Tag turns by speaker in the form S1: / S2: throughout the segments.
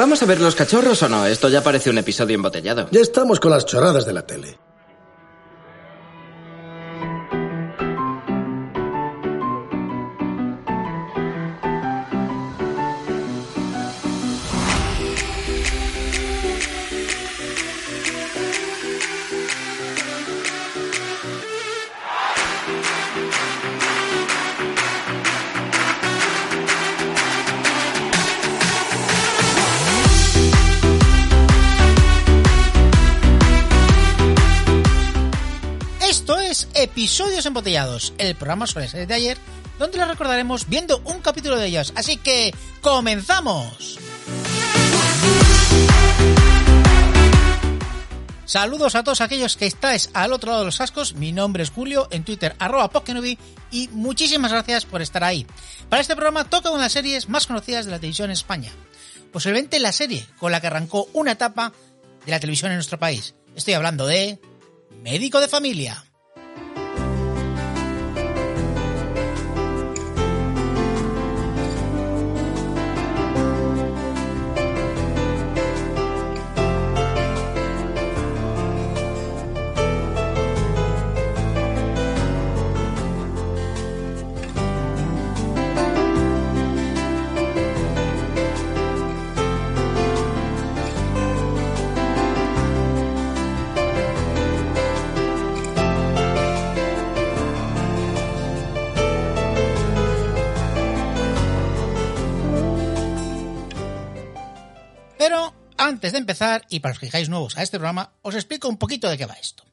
S1: ¿Vamos a ver los cachorros o no? Esto ya parece un episodio embotellado.
S2: Ya estamos con las choradas de la tele.
S3: Esto es Episodios Embotellados, el programa sobre series de ayer, donde las recordaremos viendo un capítulo de ellas. Así que, ¡comenzamos! Saludos a todos aquellos que estáis al otro lado de los ascos. Mi nombre es Julio, en Twitter, arroba Pokenobi, y muchísimas gracias por estar ahí. Para este programa toca una de las series más conocidas de la televisión en España. Posiblemente la serie con la que arrancó una etapa de la televisión en nuestro país. Estoy hablando de médico de familia. Pero antes de empezar, y para los que fijáis nuevos a este programa, os explico un poquito de qué va esto.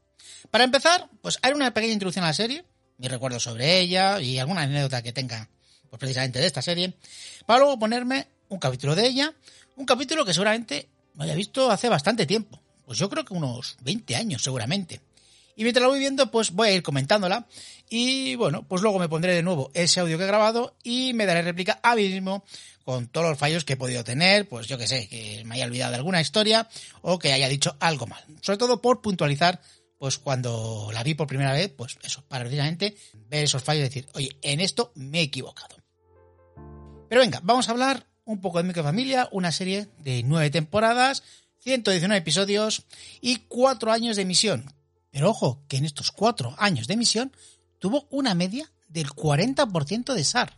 S3: Para empezar, pues haré una pequeña introducción a la serie, mis recuerdos sobre ella y alguna anécdota que tenga pues, precisamente de esta serie, para luego ponerme un capítulo de ella, un capítulo que seguramente no haya visto hace bastante tiempo, pues yo creo que unos 20 años seguramente. Y mientras la voy viendo, pues voy a ir comentándola. Y bueno, pues luego me pondré de nuevo ese audio que he grabado y me daré réplica a mí mismo con todos los fallos que he podido tener. Pues yo que sé, que me haya olvidado de alguna historia o que haya dicho algo mal. Sobre todo por puntualizar, pues cuando la vi por primera vez, pues eso, para precisamente ver esos fallos y decir, oye, en esto me he equivocado. Pero venga, vamos a hablar un poco de Microfamilia, una serie de nueve temporadas, 119 episodios y cuatro años de emisión. Pero ojo, que en estos cuatro años de emisión tuvo una media del 40% de SAR.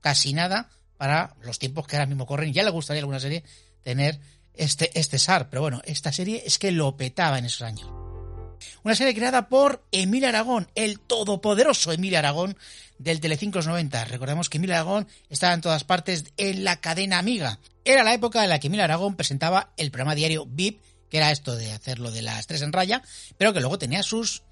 S3: Casi nada para los tiempos que ahora mismo corren. Ya le gustaría a alguna serie tener este, este SAR, pero bueno, esta serie es que lo petaba en esos años. Una serie creada por Emil Aragón, el todopoderoso Emil Aragón del Telecinco los 90. Recordemos que Emil Aragón estaba en todas partes en la cadena amiga. Era la época en la que Emil Aragón presentaba el programa diario VIP, que era esto de hacerlo de las tres en raya, pero que luego tenía sus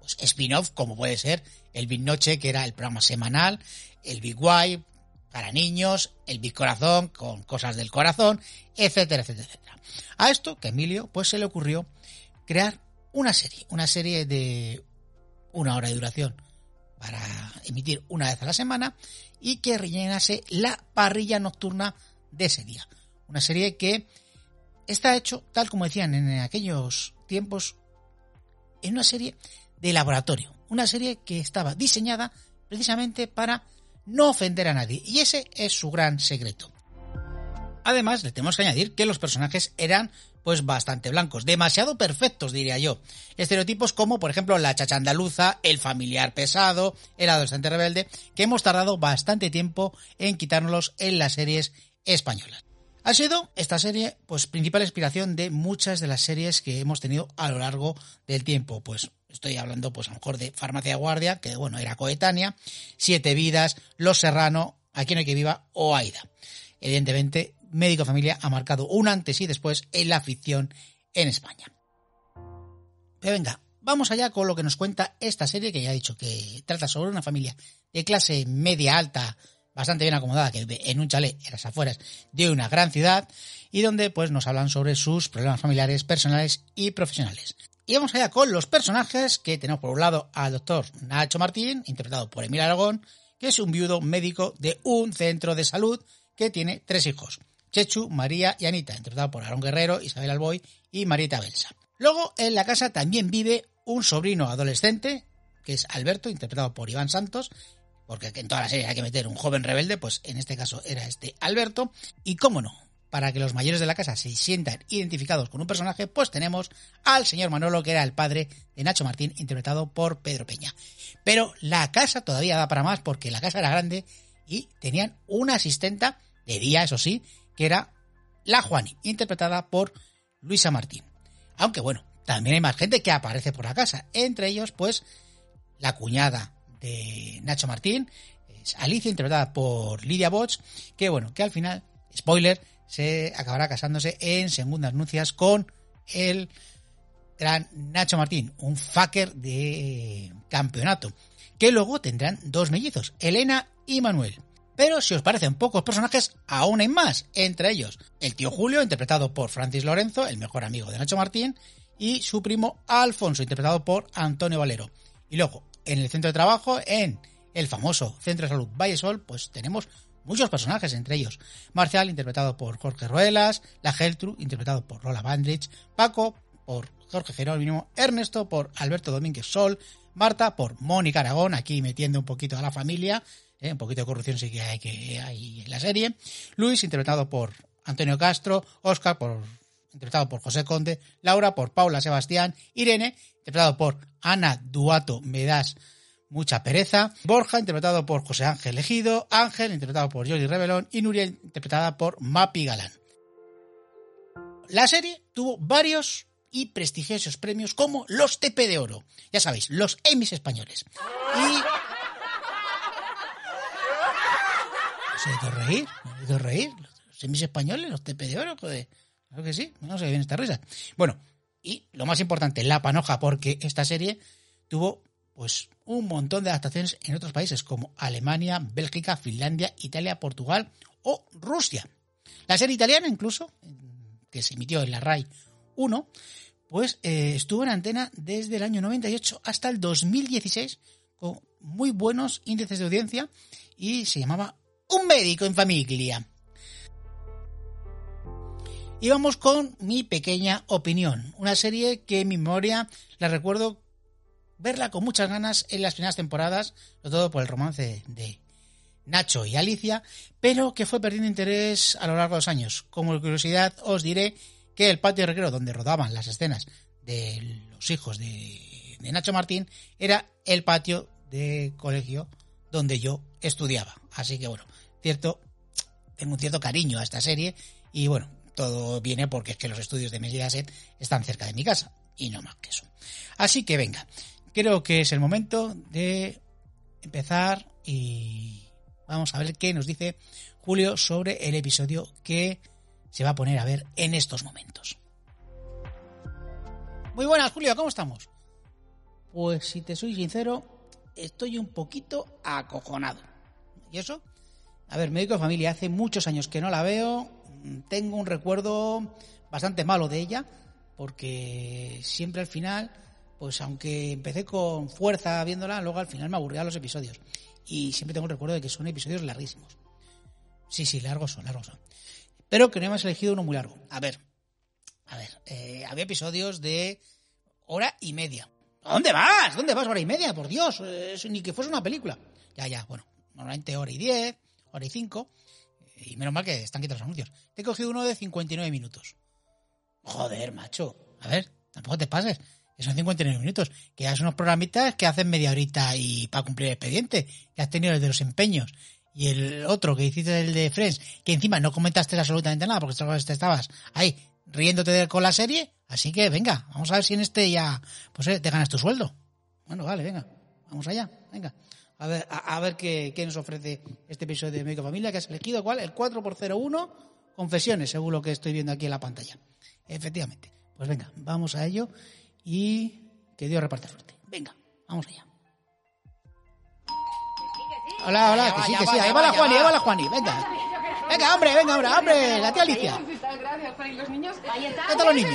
S3: pues, spin-off, como puede ser el Big Noche, que era el programa semanal, el Big Why para niños, el Big Corazón con cosas del corazón, etcétera, etcétera, etcétera. A esto que a Emilio pues se le ocurrió crear una serie, una serie de una hora de duración para emitir una vez a la semana y que rellenase la parrilla nocturna de ese día. Una serie que está hecho, tal como decían en aquellos tiempos, en una serie de laboratorio. Una serie que estaba diseñada precisamente para no ofender a nadie. Y ese es su gran secreto. Además, le tenemos que añadir que los personajes eran pues bastante blancos, demasiado perfectos diría yo. Estereotipos como por ejemplo la chacha andaluza, el familiar pesado, el adolescente rebelde, que hemos tardado bastante tiempo en quitárnoslos en las series españolas. Ha sido esta serie, pues, principal inspiración de muchas de las series que hemos tenido a lo largo del tiempo. Pues estoy hablando, pues, a lo mejor de Farmacia de Guardia, que bueno, era coetánea, Siete Vidas, Los Serrano, Aquí no hay que viva o Aida. Evidentemente, Médico Familia ha marcado un antes y después en la ficción en España. Pero venga, vamos allá con lo que nos cuenta esta serie que ya he dicho que trata sobre una familia de clase media alta, bastante bien acomodada, que vive en un chalet en las afueras de una gran ciudad y donde pues nos hablan sobre sus problemas familiares, personales y profesionales. Y vamos allá con los personajes que tenemos por un lado al doctor Nacho Martín, interpretado por Emil Aragón, que es un viudo médico de un centro de salud que tiene tres hijos. Chechu, María y Anita, interpretado por Aarón Guerrero, Isabel Alboy y Marieta Belsa. Luego, en la casa también vive un sobrino adolescente, que es Alberto, interpretado por Iván Santos, porque en todas las series hay que meter un joven rebelde, pues en este caso era este Alberto. Y cómo no, para que los mayores de la casa se sientan identificados con un personaje, pues tenemos al señor Manolo, que era el padre de Nacho Martín, interpretado por Pedro Peña. Pero la casa todavía da para más porque la casa era grande y tenían una asistenta de día, eso sí, que era la Juani, interpretada por Luisa Martín. Aunque bueno, también hay más gente que aparece por la casa, entre ellos pues la cuñada de Nacho Martín, es Alicia, interpretada por Lidia Boch, que bueno, que al final, spoiler, se acabará casándose en segundas nupcias con el gran Nacho Martín, un fucker de campeonato, que luego tendrán dos mellizos, Elena y Manuel. Pero si os parecen pocos personajes, aún hay más, entre ellos el tío Julio, interpretado por Francis Lorenzo, el mejor amigo de Nacho Martín, y su primo Alfonso, interpretado por Antonio Valero. Y luego, en el centro de trabajo, en el famoso Centro de Salud Vallesol, pues tenemos muchos personajes, entre ellos Marcial, interpretado por Jorge Ruelas, La Geltru, interpretado por Lola Bandrich, Paco, por Jorge Jerónimo, Ernesto, por Alberto Domínguez Sol, Marta, por Mónica Aragón, aquí metiendo un poquito a la familia, ¿eh? un poquito de corrupción sí que hay, que hay en la serie, Luis, interpretado por Antonio Castro, Oscar, por interpretado por José Conde, Laura por Paula Sebastián, Irene, interpretado por Ana Duato Medas mucha pereza. Borja, interpretado por José Ángel Ejido. Ángel, interpretado por Jordi Rebelón. Y Nuria, interpretada por Mapi Galán. La serie tuvo varios y prestigiosos premios como los TP de Oro. Ya sabéis, los Emmys españoles. Y... ¿Os he hecho reír? ¿Os he hecho reír? Los Emmys españoles, los TP de Oro, joder. Claro que sí, no sé bien esta risa. Bueno, y lo más importante, la panoja, porque esta serie tuvo pues un montón de adaptaciones en otros países como Alemania, Bélgica, Finlandia, Italia, Portugal o Rusia. La serie italiana incluso, que se emitió en la RAI 1, pues eh, estuvo en antena desde el año 98 hasta el 2016 con muy buenos índices de audiencia y se llamaba Un médico en familia. Y vamos con mi pequeña opinión, una serie que en mi memoria la recuerdo verla con muchas ganas en las primeras temporadas, sobre todo por el romance de Nacho y Alicia, pero que fue perdiendo interés a lo largo de los años. Como curiosidad os diré que el patio de recreo donde rodaban las escenas de los hijos de, de Nacho Martín era el patio de colegio donde yo estudiaba. Así que bueno, cierto, tengo un cierto cariño a esta serie y bueno, todo viene porque es que los estudios de Mediaset están cerca de mi casa y no más que eso. Así que venga, creo que es el momento de empezar y vamos a ver qué nos dice Julio sobre el episodio que se va a poner a ver en estos momentos. Muy buenas, Julio, ¿cómo estamos? Pues si te soy sincero, estoy un poquito acojonado. ¿Y eso? A ver, médico de familia, hace muchos años que no la veo, tengo un recuerdo bastante malo de ella, porque siempre al final pues aunque empecé con fuerza viéndola, luego al final me aburrían los episodios. Y siempre tengo el recuerdo de que son episodios larguísimos. Sí, sí, largos son, largos son. Pero que no hemos elegido uno muy largo. A ver, a ver, eh, había episodios de hora y media. ¿A dónde vas? ¿Dónde vas hora y media? Por Dios, eh, ni que fuese una película. Ya, ya, bueno, normalmente hora y diez, hora y cinco. Y menos mal que están quitados los anuncios. Te he cogido uno de 59 minutos. Joder, macho. A ver, tampoco te pases que son 59 minutos, que ya son unos programitas que hacen media horita y para cumplir el expediente, que has tenido el de los empeños y el otro que hiciste el de Friends, que encima no comentaste absolutamente nada porque te estabas ahí riéndote de, con la serie, así que venga, vamos a ver si en este ya pues eh, te ganas tu sueldo. Bueno, vale, venga, vamos allá, venga. A ver, a, a ver qué, qué, nos ofrece este episodio de Médico Familia que has elegido, ¿cuál? El 4x01, confesiones, según lo que estoy viendo aquí en la pantalla. Efectivamente. Pues venga, vamos a ello y que Dios reparta suerte. Venga, vamos allá. Hola, hola, que sí, que sí. Ahí va la Juani, ahí va la Juani. Venga. Venga, hombre, venga, hombre, hombre, la tía Alicia.
S4: gracias, Fran. ¿Y los niños?
S5: Ahí está.
S3: ¡Ay, todos los niños!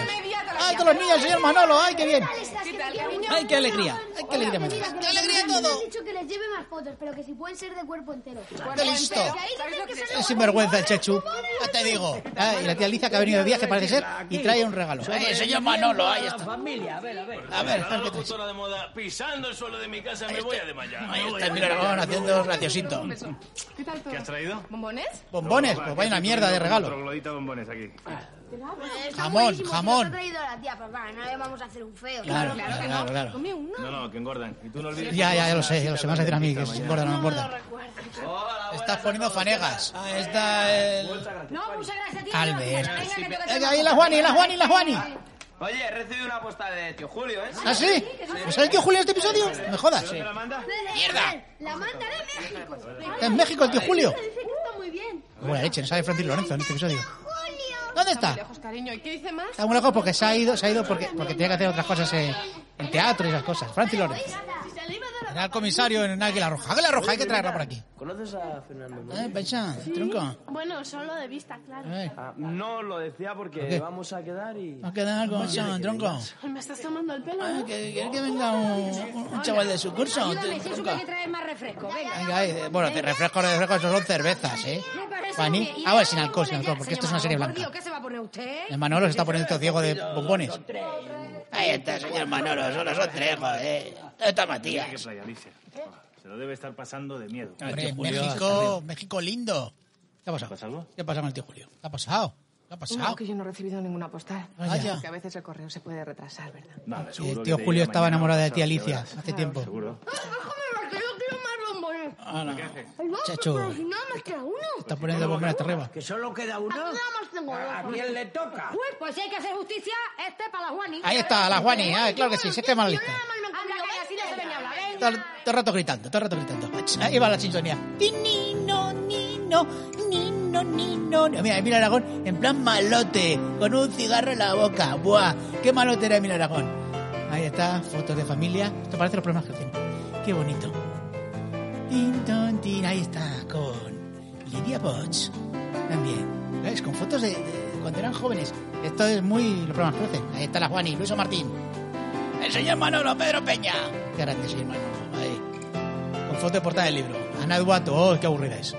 S3: ¡Ay, todos los niños, señor Manolo! ¡Ay, qué bien!
S5: ¿Qué tal, cariño?
S6: ¡Ay, qué alegría!
S3: ¡Ay, qué alegría! Manolo! ¡Qué alegría
S7: Me
S3: todo!
S7: han dicho que les lleve más fotos, pero que si pueden ser de cuerpo entero.
S3: ¡Qué listo!
S4: ¿Sabes lo que es?
S3: Es sinvergüenza el Chechu. Ya te digo. Ah, y la tía Liza que ha venido de viaje, parece ser, y trae un regalo. ¡Eh, señor Manolo! Ahí
S6: La
S3: está.
S6: familia, a ver, a ver.
S3: A ver,
S8: Ahora
S3: ¿qué
S8: la
S3: traes?
S8: doctora de moda pisando el suelo de mi casa me voy a desmayar.
S3: Ahí
S8: Me voy
S3: está,
S8: a
S3: mira, lo
S8: desmayar.
S3: van haciendo graciosito.
S4: ¿Qué tal todo?
S8: ¿Qué has traído?
S4: ¿Bombones?
S3: Bombones, pues vaya una mierda de regalo.
S8: Troglodita bombones aquí.
S7: Está
S3: Jamón,
S7: buenísimo, se
S3: jamón.
S7: Los ha traído la tía, papá. No le vamos a hacer un feo.
S3: Claro,
S4: Claro que
S3: claro,
S4: no.
S3: claro.
S4: Come uno.
S8: No, no, que engordan. Y tú no olvides.
S3: Ya, ya, ya lo sé, ya lo sé. Me vas a decir a mí que se engorda o no engorda.
S7: Recuerda.
S3: Estás poniendo fanegas. Ahí está el...
S5: No, muchas gracias, tío.
S3: Albert.
S5: Venga, que tengo que
S3: Venga,
S5: hacer
S3: ahí la Juani, la Juani, la Juani.
S9: Oye, he recibido una apuesta de tío Julio, ¿eh?
S3: ¿Ah, sí? ¿Es el tío Julio este episodio? No Me jodas.
S8: ¿Te la manda?
S3: ¡Mierda!
S7: La manda de México.
S3: ¿Es México el tío Julio?
S7: Dice que está muy bien.
S3: Como la leche, no sabe Francis Lorenzo en este episodio. ¿Dónde
S4: Está muy
S3: está?
S4: lejos, cariño. ¿Y qué dice más?
S3: Está muy loco porque se ha ido, se ha ido porque, porque tenía que hacer otras cosas eh, en teatro y esas cosas. Francis Lorenzo. Era el comisario en Águila Roja. Águila Roja, hay que traerla por aquí.
S9: ¿Conoces a Fernando?
S3: Eh, pensa, tronco.
S5: Bueno, solo de vista, claro.
S3: Eh,
S9: Ah, no, lo decía porque
S3: ¿Por qué?
S9: vamos a quedar y...
S3: ¿No queda algo, pensa, tronco?
S5: Me estás tomando el pelo,
S3: Ah,
S5: ¿no?
S3: ¿que- ¿Quieres que venga un, un chaval de su curso?
S5: Ayúdame, si
S3: Tronco.
S5: supe que traes más refresco. Venga.
S3: Venga, eh, bueno, te refresco, refresco, eso son cervezas, ¿eh?
S5: Me parece muy
S3: Juaní.
S5: bien. Y
S3: Ah, bueno,
S5: ahora
S3: sin
S5: que
S3: alcohol, sin
S5: pone
S3: alcohol,
S5: ya,
S3: porque esto es
S5: señor
S3: una serie
S5: Manolo, por
S3: blanca.
S5: Dios, ¿Qué se va a poner usted?
S3: El Manolo se está poniendo ciego de bombones. Ahí está, señor Manolo, solo son tres, joder. ¿Dónde está Matías?
S8: Qué playa, Alicia. Se lo debe estar pasando de miedo.
S3: Hombre, México, México lindo. ¿Qué ha pasado?
S8: ¿Pasa algo?
S3: ¿Qué ha pasado con el tío Julio? ¿Qué ha pasado? ¿Qué ha pasado?
S4: No, que yo no he recibido ninguna postal.
S3: Vaya.
S4: Porque a veces el correo se puede retrasar, ¿verdad?
S8: Nada, seguro
S3: El
S8: que
S3: Eh, tío
S8: te
S3: Julio
S8: llega
S3: estaba
S8: mañana,
S3: enamorado de
S8: pasado,
S3: ti,
S8: de
S3: Alicia,
S8: veras.
S3: hace tiempo.
S8: Seguro.
S7: Porque yo quiero más bombones.
S3: Ah, no. Chacho,
S7: Pero si no, más que uno.
S3: está poniendo bombones hasta arriba.
S6: ¿Que solo queda uno?
S7: Nada más tengo
S6: ¿A
S7: dos.
S6: quién le toca?
S5: Pues, pues si hay que hacer justicia, este es para la Juani.
S3: Ahí está, la Juani, ah, claro que sí, sí que es
S7: Yo
S3: malista.
S7: nada más me he
S5: Anda,
S7: comido
S5: calla, así no se
S7: veinte.
S5: venía a hablar, ¿eh? venga.
S3: Todo, todo el rato gritando, todo el rato gritando. Ahí va la sintonía. Ni, no, ni, no, ni, no, ni, no. Mira, Emilio Aragón en plan malote, con un cigarro en la boca. Buah, qué malote era Emilio Aragón. Ahí está, fotos de familia. Esto parece los problemas que tengo. Qué bonito. Tin, ton, tin. Ahí está, con Lidia Potts. También. ¿Ves? Con fotos de, de cuando eran jóvenes. Esto es muy los problemas que hacen. Ahí está la Juani, Luis Martín. El señor Manolo Pedro Peña. Qué grande, señor Manolo. Ahí. Con foto de portada del libro. Ana Duato. Oh, qué aburrida es.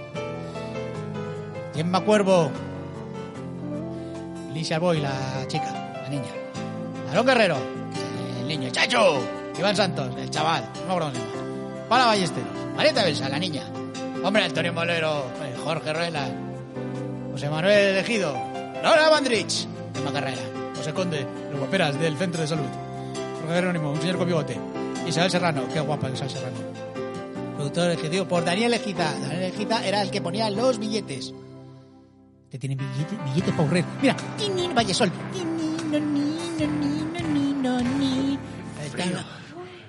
S3: Gemma Cuervo. Lisa Boy, la chica, la niña. Aaron Guerrero. El niño. Chacho. Iván Santos, el chaval. No me acuerdo cómo se llama. Paula Ballesteros. Marieta Belsa, la niña. Hombre, Antonio Molero. eh, Jorge Ruela. José Manuel Elegido. Laura Bandrich. Gemma Carrera. José Conde. Los guaperas del Centro de Salud. Jorge Jerónimo, un señor con bigote. Isabel Serrano, qué guapa Isabel Serrano. Productor ejecutivo por Daniel Ejita. Daniel Ejita era el que ponía los billetes. Te tienen billete, billetes para aburrir. Mira, tinin, Vallesol. Tinin, no, ni, no, ni, no, ni, no, ni. Ahí está.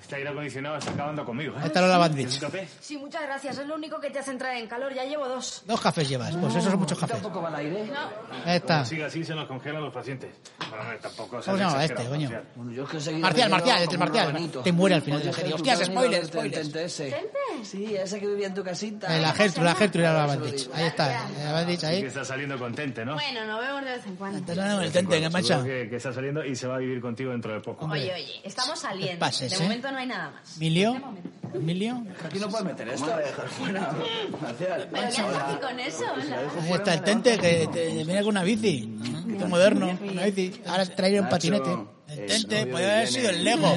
S8: Este aire acondicionado está acabando conmigo,
S3: Ahí
S8: ¿eh?
S3: está Lola
S8: ¿Quieres
S3: Bandrich.
S8: un café?
S5: Sí, muchas gracias. Es lo único que te hace entrar en calor. Ya llevo dos.
S3: Dos cafés llevas, pues esos son muchos cafés.
S9: ¿Tampoco va al aire?
S3: Ahí está.
S8: Sigue así, se nos congelan los pacientes. Bueno, no, tampoco
S3: ¿Cómo
S8: se
S3: se
S8: han
S3: llama este,
S8: exagerado,
S3: coño?
S8: Marcial.
S9: Bueno, yo es que he seguido
S3: Marcial,
S9: leyendo
S3: Marcial,
S9: como
S3: este
S9: un
S3: Marcial.
S9: rabanito.
S3: Te muere al final
S9: Oye,
S3: del
S9: Jesús,
S3: Hostias,
S9: ¿tú has
S3: spoiler,
S9: oído del tente ese? Sí, ese que vivía en tu casita.
S3: Eh, La Gertrude, la Gertrude era Lola Bandrich. Ahí está, la Bandrich
S8: Sí Que
S3: ahí.
S8: está saliendo contente, ¿no?
S5: Bueno, nos vemos de vez en cuando.
S3: Está sonando el tente, ¿qué
S8: Seguro
S3: mancha?
S8: que, que está saliendo y se va a vivir contigo dentro de poco.
S3: Hombre.
S5: Oye, Este oye, estamos saliendo.
S3: pases,
S5: de
S3: ¿eh?
S5: momento no hay nada más.
S3: Emilio, Emilio,
S9: Aquí no puedes meter esto. Voy a dejar fuera. Marcial.
S5: Pero ya está aquí con eso,
S9: Pues
S5: hola.
S3: Ahí está el tente que te viene con una bici. Qué moderno, una bici. Ahora traer un patinete. El tente, podría haber sido el Lego.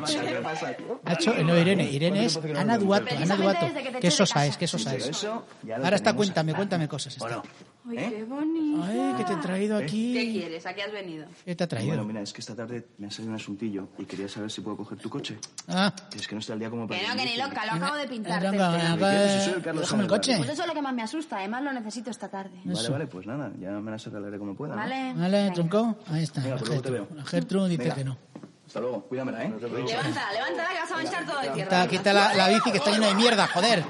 S9: Marcial, ¿Qué pasa?
S3: Nacho, eh, no, Irene. Irene es Ana Duato. Ana
S5: Precisamente
S3: Duato.
S5: desde que te
S3: Qué
S5: eché de
S3: sosa
S5: casa.
S3: es, qué sosa es.
S9: Eso ya lo
S3: Ahora está,
S9: tenemos
S3: cuéntame,
S9: acá.
S3: cuéntame cosas. está.
S9: Bueno,
S5: Ay, qué bonito.
S3: Eh, Ay, que te he traído
S9: ¿Eh?
S4: ¿Qué
S3: aquí.
S4: quieres? ¿A qué has venido?
S9: Ah,
S3: ¿Qué te ha
S9: bueno,
S3: traído?
S9: mira, es que esta tarde me ha salido un asuntillo y quería saber si puedo coger tu coche.
S3: Ah,
S9: Es que no está el día como para...
S5: Que no, que ni loca, lo acabo de pintar.
S3: venga,
S5: César.
S3: venga,
S9: quieres? pues Soy el
S3: venga,
S9: Carlos
S3: eh. déjame el
S9: Salazar.
S3: coche.
S5: este. Pues eso es lo que más me asusta. Además, lo necesito esta tarde.
S9: Vale, vale, pues nada, ya me las arreglaré como pueda. ¿no?
S5: ¿Vale?
S3: Vale,
S5: Venga.
S3: tronco. Ahí está.
S9: Venga,
S3: la
S9: pues luego te
S3: Gertrude. La
S9: veo.
S3: Gertrude dice
S9: Venga.
S3: que no.
S9: Hasta luego, cuídamela, ¿eh?
S5: Levanta, levanta, que vas a manchar todo de tierra.
S3: Está- Aquí está la, la bici que está llena de mierda, joder.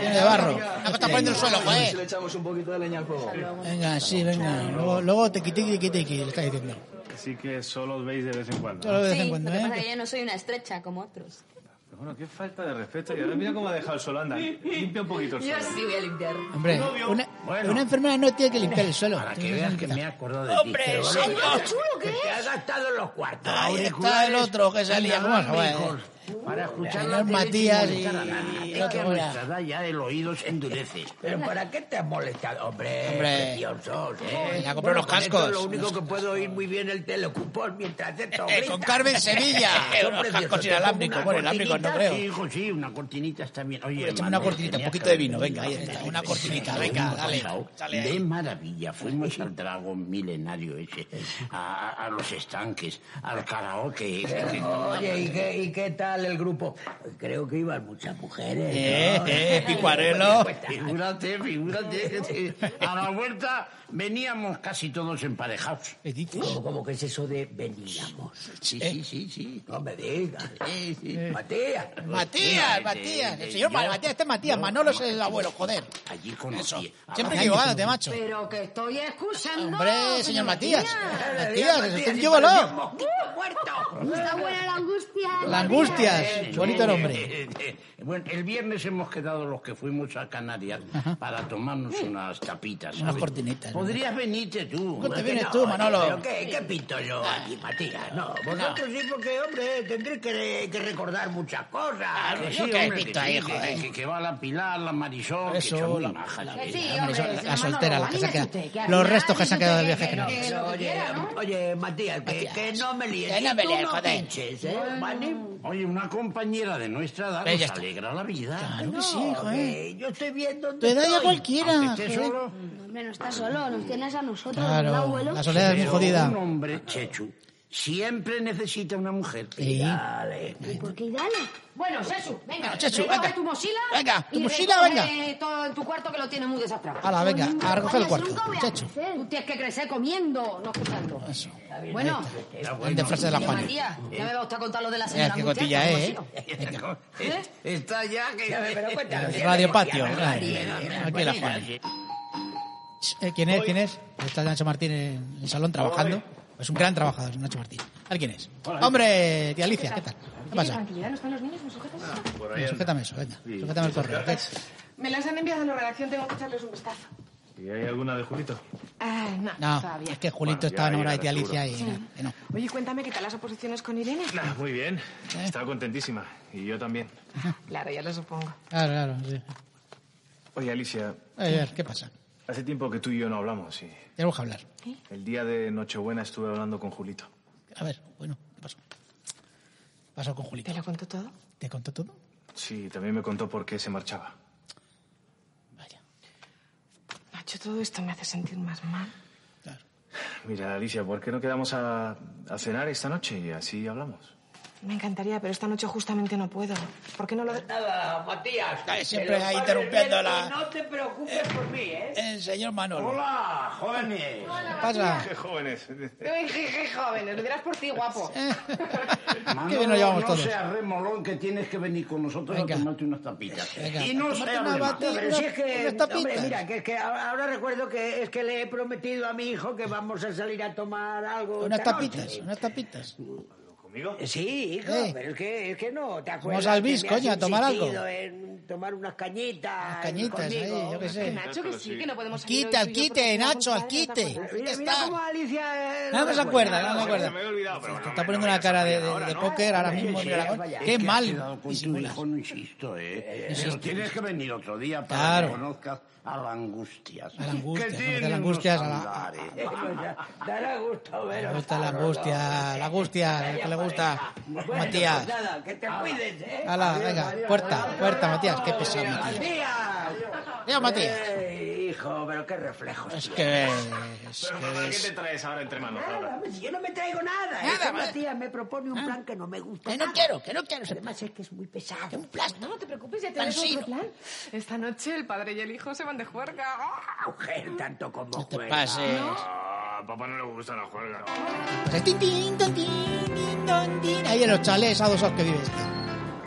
S3: Llena de barro. Una está poniendo el suelo,
S9: Y si
S3: joder.
S9: le echamos un poquito de leña al fuego.
S3: Venga, sí, venga. Luego, luego te quité, te quité, le está diciendo.
S8: Así que solo os veis de vez en cuando.
S3: Solo de vez en
S5: Sí,
S3: cuando,
S5: lo que pasa es
S3: ¿eh?
S5: que yo no soy una estrecha como otros.
S8: Pero bueno, qué falta de respeto. Y ahora mira cómo ha dejado el sol, anda. Limpia un poquito el
S5: Yo
S8: suelo.
S5: sí voy a limpiar.
S3: Hombre, una, Pero una enfermera no tiene que limpiar el suelo.
S6: Para que
S3: Tiene
S6: veas que
S3: limpiar.
S6: me acuerdo de
S3: ¡Hombre,
S6: ti.
S3: señor!
S6: ¡Qué chulo que Te ha gastado los cuartos.
S3: Ahí está
S6: auriculares,
S3: el otro que salía, ¿cómo se llama, eh?
S6: inalámbricos, Para escuchar
S3: Señor
S6: la tele
S3: Matías
S6: sin
S3: y
S6: molestar a nadie.
S3: el
S6: Es que
S3: otro,
S6: a
S3: mira.
S6: nuestra edad ya el oído se endurece. ¿Pero para qué te has molestado? Hombre,
S3: Hombre.
S6: preciosos, ¿eh?
S3: Ya compré
S6: Bueno,
S3: los
S6: con esto
S3: cascos.
S6: Lo único que puedo oír muy bien el telecupón mientras esto
S3: Eh, con Carmen Sevilla.
S6: Son
S3: Unos
S6: preciosos.
S3: cascos
S6: Te pongo
S3: inalámbricos.
S6: una
S3: Bueno, inalámbricos no
S6: cortinita.
S3: creo.
S6: Sí, hijo, sí, una cortinita está bien. Oye,
S3: Échame una
S6: Manuel,
S3: cortinita, un
S6: tenías
S3: poquito
S6: que
S3: de
S6: haber
S3: vino, venga, ahí
S6: venido.
S3: está, una cortinita, venga,
S6: Hemos
S3: dale,
S6: pasado
S3: dale ahí.
S6: De maravilla, fuimos al dragón milenario ese, a, a- a los estanques, al karaoke. Oye, ¿y qué, ¿y qué tal el grupo? Creo que iban muchas mujeres.
S3: Eh, eh, picuarelo.
S6: Figúrate, figúrate. A la vuelta veníamos casi todos emparejados.
S3: ¿Qué dices?
S6: ¿Cómo, cómo que es eso de veníamos? Sí,
S3: Eh.
S6: sí, sí, sí. No me digas. Sí, sí. Matías.
S3: Matías,
S6: Eh,
S3: Matías.
S6: eh,
S3: El señor
S6: yo-
S3: Matías, este es Matías.
S6: yo-
S3: Manolo es el abuelo, joder.
S6: Allí conocí.
S3: Eso.
S6: a
S3: Siempre
S6: Matías.
S3: equivocándote, macho.
S5: Pero que estoy escuchando.
S3: Hombre, señor Matías. Matías,
S6: Matías,
S3: es un
S6: sí,
S3: gigoló.
S6: mosquito muerto.
S7: Está buena la angustia.
S3: La angustias.
S6: Eh,
S3: Bonito
S6: eh,
S3: nombre.
S6: eh, eh, eh. Bueno, el viernes hemos quedado los que fuimos a Canarias para tomarnos unas tapitas.
S3: Unas
S6: ¿sabes?
S3: cortinitas, ¿no?
S6: Podrías venirte tú.
S3: ¿Cómo te
S6: Eh,
S3: vienes
S6: no,
S3: tú, Manolo?
S6: Pero qué, qué pinto yo aquí, Matías. No, vosotros sí, porque, hombre, tendréis que, que recordar muchas cosas. que
S3: yo qué
S6: hombre,
S3: pinto
S6: que, sí,
S3: ahí,
S6: que-
S10: eh.
S3: joder.
S6: que- que va la Pilar, la Marisol,
S3: Eso,
S6: que son
S3: la-
S6: una maja, la
S5: Que
S6: verdad.
S5: sí,
S3: Hombre,
S5: hombre,
S3: son-
S5: señor
S3: la
S5: Manolo,
S3: soltera, las que se han
S5: anímate,
S3: quedado.
S5: que al
S3: Los
S5: final
S3: restos que se han
S5: anímate,
S3: quedado del viaje
S5: que-
S3: general.
S5: que lo que
S6: Oye,
S5: quiera, ¿no?
S6: oye, Matías, que,
S3: Matías.
S6: que no me líes.
S3: Que no me
S6: Tú
S3: líes, joder.
S6: pinches, ¿eh? ¿Vale? Oye, una compañera de nuestra edad
S3: Pero ya
S6: nos
S3: está.
S6: alegra la vida.
S3: Claro que
S6: No,
S3: sí, ¿eh? joder.
S6: que Yo estoy viendo
S3: Tu edad ya cualquiera, joder.
S6: solo,
S7: No, hombre, no estás solo, nos tienes a nosotros, ¿verdad,
S3: Claro,
S7: abuelo?
S3: la soledad es muy
S6: pero
S3: jodida.
S6: un hombre, Chechu, siempre necesita una mujer.
S3: Sí.
S6: Dale.
S7: ¿Y por qué y dale?
S5: Bueno, Sesu, venga.
S3: Venga, Chechu,
S5: recoge
S3: venga.
S5: tu mochila.
S3: Venga, tu
S5: y
S3: mochila,
S5: recoge todo en tu cuarto que lo tienes muy desastrado.
S3: Hala, venga, a recoger el
S7: Vaya,
S3: cuarto.
S7: nunca voy a
S3: Chechu.
S7: hacer.
S5: Tú tienes que crecer comiendo, no escuchando.
S3: Eso.
S5: Bueno,
S3: Grande Este frase de la
S5: oye,
S3: Juana.
S5: Matías, ya me va a gustar contar lo de la
S3: Mira
S5: señora.
S3: qué
S5: Murcia,
S3: cotilla, eh.
S5: ¿cómo ha sido? ¿Eh?
S6: Está ya que... Pero cuéntame.
S3: Radio Patio. ay, Aquí la Juana. Eh, ¿Quién es? ¿Quién es? Está Nacho Martín en el salón trabajando. Es un gran trabajador, Nacho Martín. A ver quién es. Hombre, tía Alicia, ¿qué tal? ¿Qué pasa?
S4: tranquilidad, ¿no están los niños? ¿Me sujetas?
S8: Ah,
S3: Venga, Sujétame eso, venga. Sujétame el correo.
S4: Me las han enviado a la redacción, tengo que echarles un vistazo.
S8: ¿Y hay alguna de Julito?
S4: Ah, no,
S3: No,
S4: todavía.
S3: es que Julito
S8: Bueno,
S3: estaba
S8: ya
S3: enamorado de tía
S8: llegará,
S3: Alicia y no, que no.
S4: Oye, cuéntame, ¿qué tal las oposiciones con Irene?
S8: Ah, muy bien.
S3: ¿Eh?
S8: Estaba contentísima. Y yo también.
S4: Claro, ya lo supongo.
S3: Claro, claro, sí.
S8: Oye, Alicia,
S3: A ver, ¿qué pasa?
S8: hace tiempo que tú y yo no hablamos. Y
S3: Tenemos que hablar.
S8: el día de Nochebuena estuve hablando con Julito.
S3: A ver, bueno, ¿qué pasó? ¿Qué pasó con Julito?
S4: ¿Te lo contó todo?
S3: ¿Te contó todo?
S8: Sí, también me contó por qué se marchaba.
S3: Vaya,
S4: Nacho, todo esto me hace sentir más mal.
S3: claro.
S8: Mira, Alicia, ¿por qué no quedamos a, a cenar esta noche y así hablamos?
S4: Me encantaría, pero esta noche justamente no puedo. ¿Por qué no lo...?
S6: Nada, Matías.
S3: Está siempre
S6: Que los
S3: ahí
S6: padres
S3: interrumpiendo
S6: ven,
S3: la-
S6: No te preocupes por mí, ¿eh?
S3: El señor Manolo.
S6: Hola, jóvenes.
S3: ¿Qué pasa? Pues,
S8: ¡Qué jóvenes!
S4: ¡Qué, jóvenes! Lo dirás por ti, guapo.
S3: Qué bien nos llevamos
S6: no
S3: todos.
S6: seas remolón que tienes que venir con nosotros
S3: Venga.
S6: a tomarte unas tapitas.
S3: Venga,
S6: Y no
S3: a tomarte
S6: seas
S3: una
S6: remolón.
S3: batida,
S6: Pero si es que,
S3: unas tapitas.
S6: hombre, mira, que, que ahora ahora recuerdo que es que le he prometido a mi hijo que vamos a salir a tomar algo.
S3: Unas
S6: esta
S3: tapitas,
S6: noche.
S3: unas tapitas.
S8: ¿Conmigo?
S6: Sí, hijo,
S3: Eh.
S6: pero es que, es que no, ¿te acuerdas?
S3: Vamos al bis,
S6: que me has
S3: coño, a tomar algo.
S6: insistido en tomar unas cañitas.
S3: Las cañitas ¿eh? ahí,
S6: conmigo?
S3: yo qué sé.
S4: Nacho, que sí, que no podemos salir
S3: Quita,
S4: hoy tú y yo
S3: quite,
S4: porque somos
S3: Nacho,
S4: padres,
S3: quite.
S4: ¿te
S6: Mira, mira
S4: acuerdas?
S3: Está.
S6: cómo Alicia... eh,
S3: Ah, No, no se acuerda, no se
S6: recuerda.
S3: acuerda.
S8: me había olvidado, pero
S3: Te
S8: no,
S3: está
S8: no,
S3: poniendo
S8: no,
S3: una
S8: no,
S3: cara
S8: no,
S3: de,
S8: no,
S3: de- de
S8: no.
S3: póker ahora mismo.
S6: Sí,
S3: mira, la-
S6: vaya,
S3: Qué
S6: es que has
S3: mal.
S6: quedado con tu
S3: disimulas.
S6: hijo, no insisto, ¿eh? Eh,
S3: Insisto.
S6: Pero tienes que venir otro día para
S3: Claro.
S6: que conozcas a la angustias.
S3: A la angustias,
S6: Que
S3: ¿no? Que la
S6: tiene unos
S3: angustias a la-
S6: andares. Pues, Dará gusto veros.
S3: Le gusta la
S6: cabrón.
S3: angustia, la angustia, lo que le gusta.
S6: Bueno,
S3: Matías.
S6: pues nada, que te cuides, ¿eh?
S3: Hala,
S6: Adiós,
S3: venga,
S6: adiós,
S3: puerta,
S6: adiós.
S3: puerta, Matías. Qué pesado, Matías.
S6: Matías.
S3: Adiós, Matías.
S6: Eh, hijo, pero qué reflejos.
S3: Es
S6: tienes.
S3: que... Es
S8: ¿Pero
S3: que
S8: para qué
S3: es-
S8: te traes ahora entre manos?
S6: Nada,
S8: ahora?
S6: pues, yo no me traigo nada.
S3: Nada,
S6: Es que
S3: vale.
S6: Matías me propone un plan que no me gusta.
S3: Que no
S6: nada.
S3: quiero, que no quiero ese
S6: Además es que es muy pesado.
S4: No, no te preocupes, ya
S3: Tan
S4: tenemos
S3: sino.
S4: otro plan. Esta noche el padre y el hijo se van de juerga. ¡Ah!
S6: Mujer, tanto como
S3: No te
S6: juega.
S3: pases.
S8: Ah, a papá no le gusta la juerga.
S3: Pues, tin, tin, ton, tin, tin, ton, tin. Ahí en los chalés a dos que vive este.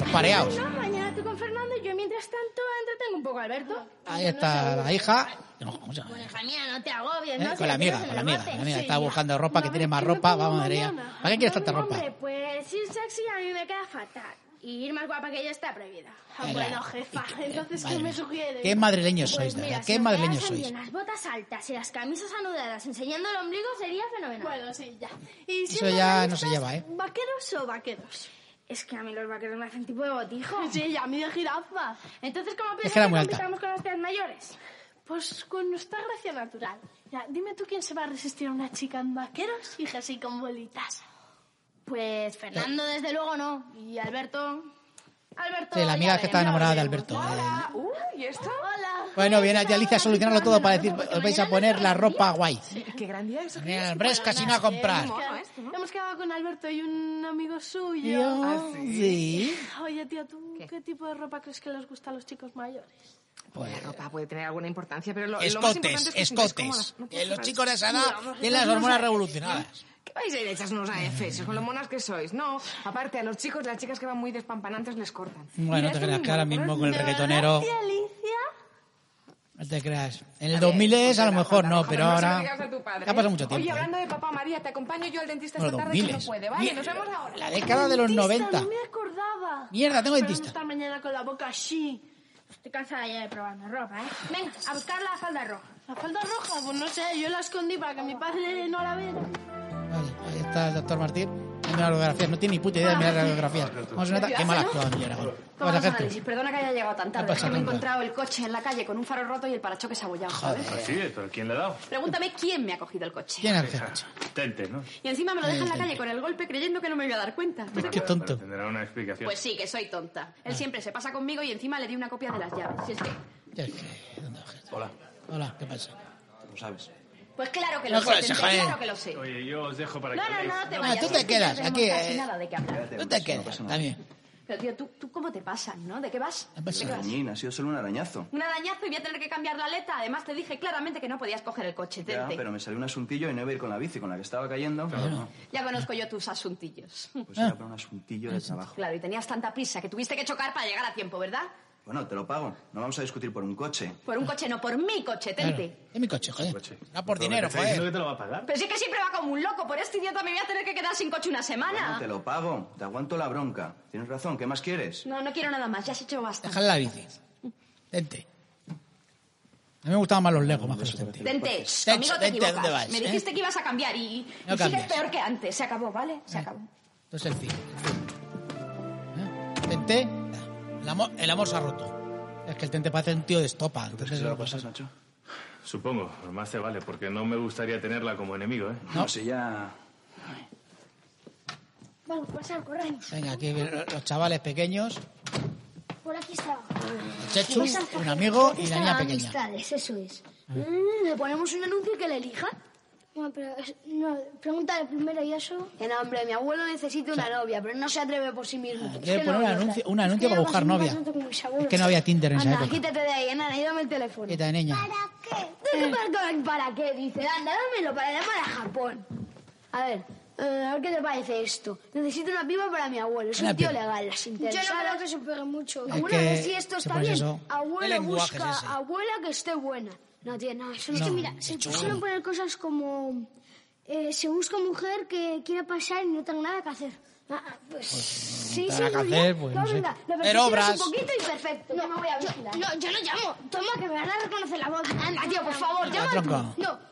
S3: Los pareados.
S7: No, mañana tú con Fernando y yo mientras tanto entretengo un poco a Alberto.
S3: Ahí está la hija. No, ¿cómo se llama?
S7: Hija mía, no te agobies,
S3: Eh,
S7: Pues ¿no?
S3: con
S7: Si
S3: la
S7: la
S3: amiga,
S7: tienes
S3: con
S7: en el
S3: la amiga,
S7: bote.
S3: la amiga.
S7: Sí,
S3: Estaba
S7: ya.
S3: buscando ropa,
S7: No,
S3: que
S7: a
S3: tiene
S7: ver,
S3: más
S7: ¿qué me
S3: ropa,
S7: pongo
S3: vamos a ver ella.
S7: mañana?
S3: ¿Para qué quieres tanta
S7: Hombre,
S3: ropa?
S7: Pues ir sexy a mí me queda fatal. Y ir más guapa que ella está prohibida. Ah,
S3: Venga.
S7: Bueno, jefa, entonces,
S3: Madre
S7: ¿qué me
S3: mía.
S7: sugieres?
S3: Qué madrileños sois, de
S7: mira,
S3: verdad,
S7: si
S3: qué
S7: nos
S3: madrileños
S7: quedasen
S3: sois.
S7: bien las botas altas y las camisas anudadas enseñando el ombligo sería fenomenal. Bueno, sí, ya. Y
S3: Eso
S7: siendo
S3: ya no se
S7: realistas,
S3: lleva, ¿eh?
S7: ¿Vaqueros o vaqueros? Es que a mí los vaqueros me hacen tipo de botijo. Sí, y a mí de jirafa. Entonces, ¿cómo piensas
S3: era
S7: que
S3: muy alta.
S7: compitamos con las tías mayores? Pues con nuestra gracia natural. Ya, dime tú quién se va a resistir a una chica en vaqueros y así con bolitas. Pues Fernando, desde luego, no. Y Alberto. Alberto.
S3: Sí, la
S7: ya
S3: amiga que
S7: veremos,
S3: está enamorada de
S7: ya
S3: Alberto.
S7: veremos.
S3: del-
S4: Uy, ¿y esto?
S7: Hola.
S3: Bueno, viene aquí Alicia a solucionarlo todo para decir,
S7: Porque
S3: os vais a
S7: mañana
S3: poner
S7: nos
S3: la
S7: vamos
S3: ropa
S7: a
S3: guay.
S4: Qué gran día eso. que
S3: Mira,
S4: es.
S3: ves casino a comprar.
S4: Qué mono
S7: Claro,
S4: esto, ¿no?
S7: Hemos quedado con Alberto y un amigo suyo. Ah,
S3: Yo, sí.
S7: Oye, tía, ¿tú qué? tipo de ropa crees que les gusta a los chicos mayores?
S4: Pues la ropa puede tener alguna importancia, pero lo, lo más
S3: Escotes,
S4: importante es que os sintáis
S3: escotes.
S4: cómodas. No
S3: Que
S4: puedo
S3: los
S4: cerrar.
S3: chicos de esa edad
S4: Mira,
S3: tienen las
S4: no
S3: hormonas
S4: sé.
S3: revolucionadas.
S4: ¿Qué vais a ir echándonos a efesios con lo monas que sois? No, aparte a los chicos, las chicas que van muy despampanantes les cortan.
S3: Bueno, no te creas que ahora mismo con el reggaetonero,
S7: ¿Y Alicia?
S3: no te creas. En el 2000 es a lo mejor no, pero ahora ya pasa mucho
S4: Oye,
S3: tiempo. ¿eh?
S4: hablando de papá María, te acompaño yo al dentista
S3: Bueno,
S4: esta tarde
S3: 2000
S4: que no
S3: es.
S4: puede. Vale, nos vemos ahora.
S3: La década de los
S7: Dentista,
S3: 90.
S7: No me acordaba.
S3: Mierda, tengo
S7: Para
S3: dentista.
S7: no estar mañana con la boca así. Estoy cansada ya de probarme ropa, ¿eh? Venga, a buscar la falda roja. ¿La falda roja? Pues no sé, yo la escondí para que mi padre no la viera.
S3: Vale, ahí está el doctor Martín. Mira la radiografía, no tiene ni puta idea de mirar la radiografía. Vamos a notar qué mal actuado, mi Aragón.
S11: Toma
S3: Vamos a
S11: los
S3: gente.
S11: análisis. Perdona que haya llegado tan tarde.
S3: pasa
S11: Es que me he
S3: nada.
S11: encontrado el coche en la calle con un faro roto y el parachoques abollado. ¿sabes?
S8: Así es, pero ¿quién le ha dado?
S11: Pregúntame quién me ha cogido el coche.
S3: ¿Quién es el coche?
S8: Tente, ¿no?
S11: Y encima me lo deja en la calle con el golpe creyendo que no me voy a dar cuenta.
S3: Pues Qué Ah. tonto.
S8: Tendrá una explicación.
S11: Pues sí, que soy tonta. Él siempre se pasa conmigo y encima le di una copia de las llaves. Si es que...
S3: Ya es que- ¿dónde va gente?
S9: Hola,
S3: Hola, ¿qué pasa?
S9: lo sabes.
S11: Pues claro que
S3: No
S11: lo sé,
S3: jodas,
S11: Tente,
S3: joder.
S11: claro que lo sé.
S8: Oye, yo os dejo para
S11: No,
S8: que...
S11: no, no, te
S3: No,
S11: vayas.
S3: tú te
S11: que
S3: quedas,
S11: tenemos
S3: aquí,
S11: casi
S3: eh.
S11: nada de qué hablar.
S3: No te quedas, también.
S11: Pero tío, ¿tú, tú cómo te pasas, no? ¿De qué vas?
S3: No pasa
S11: ¿De qué
S3: nada.
S11: vas?
S9: Niña, ha sido solo un arañazo.
S11: Un arañazo y voy a tener que cambiar la aleta. Además, te dije claramente que no podías coger el coche,
S9: Ya,
S11: Tente.
S9: pero me salió un asuntillo y no iba a ir con la bici con la que estaba cayendo.
S11: Ya conozco yo tus asuntillos.
S9: Pues
S3: Ah.
S9: era para un asuntillo de trabajo.
S11: Claro, y tenías tanta prisa que tuviste que chocar para llegar a tiempo, ¿verdad?
S9: Bueno, te lo pago. No vamos a discutir por un coche.
S11: Por un coche, no, por mi coche, Tente.
S3: Claro, Es mi coche, joder.
S8: coche.
S3: No por
S8: Pero me
S3: dinero,
S8: está diciendo
S3: joder.
S8: que te lo va a pagar?
S11: Pero sí que siempre va como un loco. Por este idiota me voy a tener que quedar sin coche una
S9: Bueno,
S11: semana.
S9: te lo pago. Te aguanto la bronca. Tienes razón. ¿Qué más quieres?
S11: No, no quiero nada más. Ya has hecho bastante.
S3: Déjale la bici. Tente. A mí me gustaban más los legos, más que los tente.
S11: Tente,
S3: Tente,
S11: conmigo te
S3: Tente,
S11: equivocas.
S3: ¿dónde vas,
S11: me
S3: eh?
S11: dijiste que ibas a cambiar y,
S3: No
S11: y sigues
S3: cambias. Ah.
S11: peor que antes. Se acabó, ¿vale? Se acabó.
S3: Entonces el fin. el fin. ¿Eh? Tente. El amor, el amor se ha roto. Es que el tente parece un tío de estopa.
S9: ¿Crees
S3: Entonces,
S9: que se lo
S3: pues,
S9: pasas, Nacho?
S8: Supongo, más te vale, porque no me gustaría tenerla como enemigo, ¿eh?
S3: No.
S9: si ya...
S7: Vamos, pues pasar, corremos.
S3: venga, aquí los chavales pequeños.
S7: Por aquí está.
S3: Chechu,
S7: Vas al
S3: un
S7: cajero,
S3: amigo y
S7: está
S3: la niña pequeña.
S7: amistades, eso es. Mm, Le ponemos un anuncio y que le elija. No, pero no, pregúntale primero y eso. No, hombre, mi abuelo necesita una novia, pero no se atreve por sí mismo.
S3: Ah, quiere poner un anuncio, un anuncio para buscar novia. Es que no había Tinder en esa
S7: Anda,
S3: época.
S7: quítate de ahí, Ana, y dame el teléfono.
S3: Quita, niña.
S7: ¿Para qué? ¿Para, para qué? Dice, anda, dámelo para ir para Japón. A ver, eh, a ver qué te parece esto. Necesito una piba para mi abuelo. Es
S3: Una
S7: un tío
S3: piba.
S7: legal, las interesadas. Yo no creo que se pegue mucho.
S3: Es
S7: Abuela,
S3: que-
S7: a ver si esto
S3: sí,
S7: está
S3: pues
S7: bien.
S3: eso.
S7: Abuela
S3: El lenguaje es
S7: busca
S3: ese.
S7: abuela que esté buena. No, tío, no, eso no.
S3: No,
S12: mira,
S3: de
S12: se
S3: hecho,
S12: pusieron
S3: no.
S12: poner cosas como eh, se busca mujer que quiera pasar y no tenga nada que hacer. Ah, ah, pues, sí,
S3: nada
S12: sí,
S3: que
S12: muy
S3: hacer,
S12: bien.
S3: pues,
S12: No,
S3: no sé.
S12: venga, lo
S3: Hacer
S12: perfeccionas
S3: obras.
S12: un poquito y perfecto. No, me voy a vigilar.
S7: No, yo no llamo.
S12: Toma, que me van a reconocer la voz. Anda, tío, por favor,
S3: La
S12: llama tú.
S3: tronca.
S12: No.